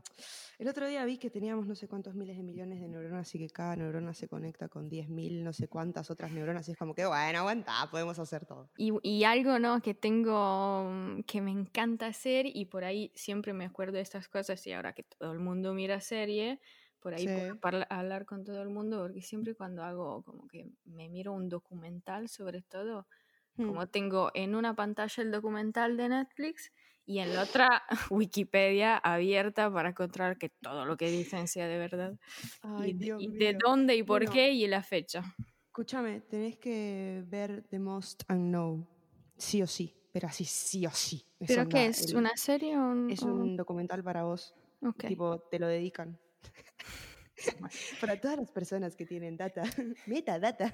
Speaker 1: el otro día vi que teníamos no sé cuántos miles de millones de neuronas y que cada neurona se conecta con 10.000 no sé cuántas otras neuronas y es como que, bueno, aguanta, podemos hacer todo.
Speaker 9: Y, y algo ¿no? que tengo mm, que me encanta hacer y por ahí siempre me acuerdo de estas cosas y ahora que todo el mundo mira serie, por ahí puedo
Speaker 1: Sí.
Speaker 9: parla- hablar con todo el mundo porque siempre cuando hago como que me miro un documental sobre todo,
Speaker 1: Hmm.
Speaker 9: como tengo en una pantalla el documental de Netflix y en la otra [LAUGHS] Wikipedia abierta para encontrar que todo lo que dicen sea de verdad.
Speaker 1: Ay,
Speaker 9: y de-
Speaker 1: Dios
Speaker 9: y de
Speaker 1: mío.
Speaker 9: dónde y por
Speaker 1: Bueno.
Speaker 9: qué y la fecha.
Speaker 1: Escúchame, tenés que ver The Most Unknown, sí o sí, pero así sí o sí. Es
Speaker 9: ¿Pero
Speaker 1: onda,
Speaker 9: qué es?
Speaker 1: el-
Speaker 9: ¿Una serie o un...?
Speaker 1: Es
Speaker 9: o-
Speaker 1: un documental para vos,
Speaker 9: ok.
Speaker 1: tipo, te lo
Speaker 9: [LAUGHS]
Speaker 1: dedican. para todas las personas que tienen data, [LAUGHS] metadata,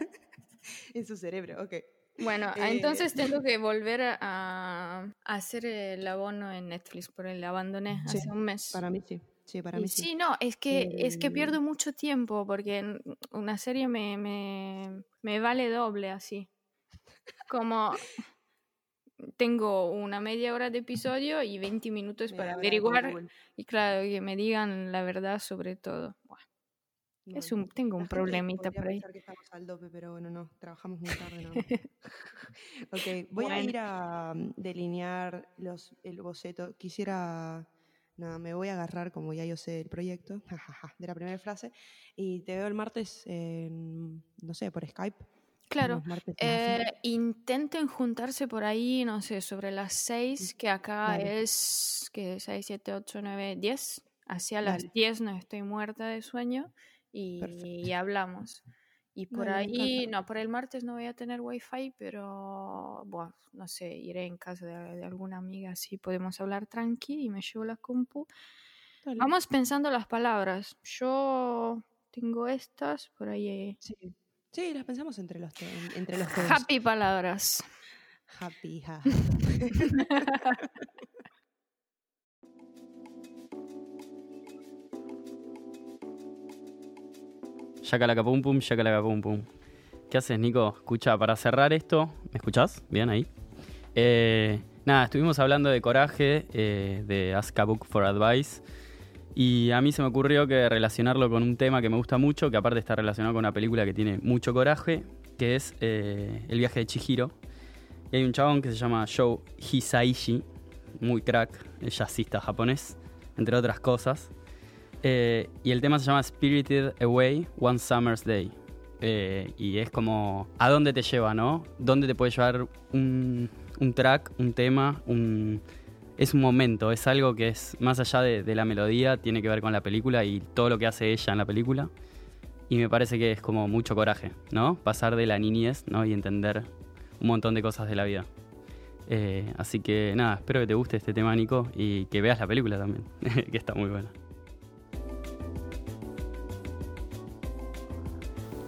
Speaker 1: en su cerebro, ok.
Speaker 9: Bueno, ah,
Speaker 1: Eh,
Speaker 9: entonces
Speaker 1: [LAUGHS]
Speaker 9: tengo que volver a, a hacer el abono en Netflix, porque el abandoné
Speaker 1: Sí,
Speaker 9: hace un mes.
Speaker 1: Para mí sí, sí, para
Speaker 9: Y
Speaker 1: mí
Speaker 9: sí.
Speaker 1: sí.
Speaker 9: no, es que, es que
Speaker 1: Eh,
Speaker 9: pierdo mucho tiempo, porque en- una serie me, me, me vale doble así. Como tengo una media hora de episodio y 20 minutos
Speaker 1: Media
Speaker 9: para
Speaker 1: hora de
Speaker 9: averiguar
Speaker 1: Google.
Speaker 9: y claro, que me digan la verdad sobre todo. Buah, es
Speaker 1: Bueno,
Speaker 9: un, tengo
Speaker 1: la
Speaker 9: un
Speaker 1: gente
Speaker 9: problemita
Speaker 1: podría
Speaker 9: por ahí.
Speaker 1: pensar que estamos al dope, pero bueno, no, trabajamos muy tarde. nada más.
Speaker 9: [LAUGHS]
Speaker 1: ok, voy a
Speaker 9: Bueno.
Speaker 1: ir a mm, delinear los, el boceto. Quisiera, nada, me voy a agarrar, como ya yo sé el proyecto, [LAUGHS] jajaja, de la primera frase, y te veo el martes, en, no sé, por Skype.
Speaker 9: Claro.
Speaker 1: los martes en la
Speaker 9: Eh,
Speaker 1: fin.
Speaker 9: intenten juntarse por ahí, no sé, sobre las 6, que acá
Speaker 1: Mm, Dale.
Speaker 9: es que 6, 7, 8, 9, 10. Hacia las
Speaker 1: Dale.
Speaker 9: 10 no estoy muerta de sueño y,
Speaker 1: Perfecto.
Speaker 9: y hablamos. Y por
Speaker 1: Dale, me
Speaker 9: ahí,
Speaker 1: encanta.
Speaker 9: no, por el martes no voy a tener wifi, pero, bueno, no sé, iré en casa de, de alguna amiga, así podemos hablar tranqui y me llevo la compu.
Speaker 1: Dale.
Speaker 9: Vamos pensando las palabras. Yo tengo estas, por ahí. eh,
Speaker 1: Sí. Sí, las pensamos entre los, te- en- entre los todos.
Speaker 9: Happy palabras.
Speaker 1: Happy, ja.
Speaker 6: Yacalacapum pum, yacalacapum pum. ¿Qué haces, Nico? Escucha, para cerrar esto, ¿me escuchás? Bien ahí. Eh, nada, estuvimos hablando de coraje, eh, de Ask a Book for Advice. Y a mí se me ocurrió que relacionarlo con un tema que me gusta mucho, que aparte está relacionado con una película que tiene mucho coraje, que es eh, El viaje de Chihiro. Y hay un chabón que se llama Joe Hisaishi, muy crack, es jazzista japonés, entre otras cosas. Eh, y el tema se llama Spirited Away One Summer's Day. Eh, y es como, ¿a dónde te lleva, no? ¿Dónde te puede llevar un, un track, un tema? Un, es un momento, es algo que es más allá de, de la melodía, tiene que ver con la película y todo lo que hace ella en la película. Y me parece que es como mucho coraje, ¿no? Pasar de la niñez, ¿no? Y entender un montón de cosas de la vida. Eh, así que nada, espero que te guste este tema, Nico, y que veas la película también, [LAUGHS] que está muy buena.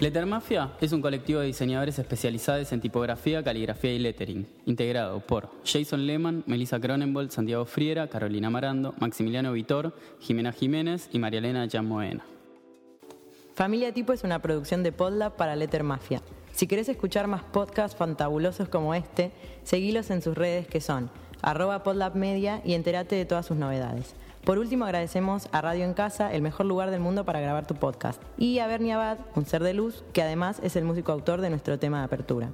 Speaker 6: Letter Mafia es un colectivo de diseñadores especializados en tipografía, caligrafía y lettering, integrado por Jason Lehman, Melissa Cronenbold, Santiago Friera, Carolina Marando, Maximiliano Vitor, Jimena Jiménez y María Elena Yamoena.
Speaker 5: Familia Tipo es una producción de Podlab para Letter Mafia. Si querés escuchar más podcasts fantabulosos como este, seguilos en sus redes que son arroba Podlab Media y entérate de todas sus novedades. Por último, agradecemos a Radio en Casa, el mejor lugar del mundo para grabar tu podcast, y a Bernie Abad, un ser de luz, que además es el músico autor de nuestro tema de apertura.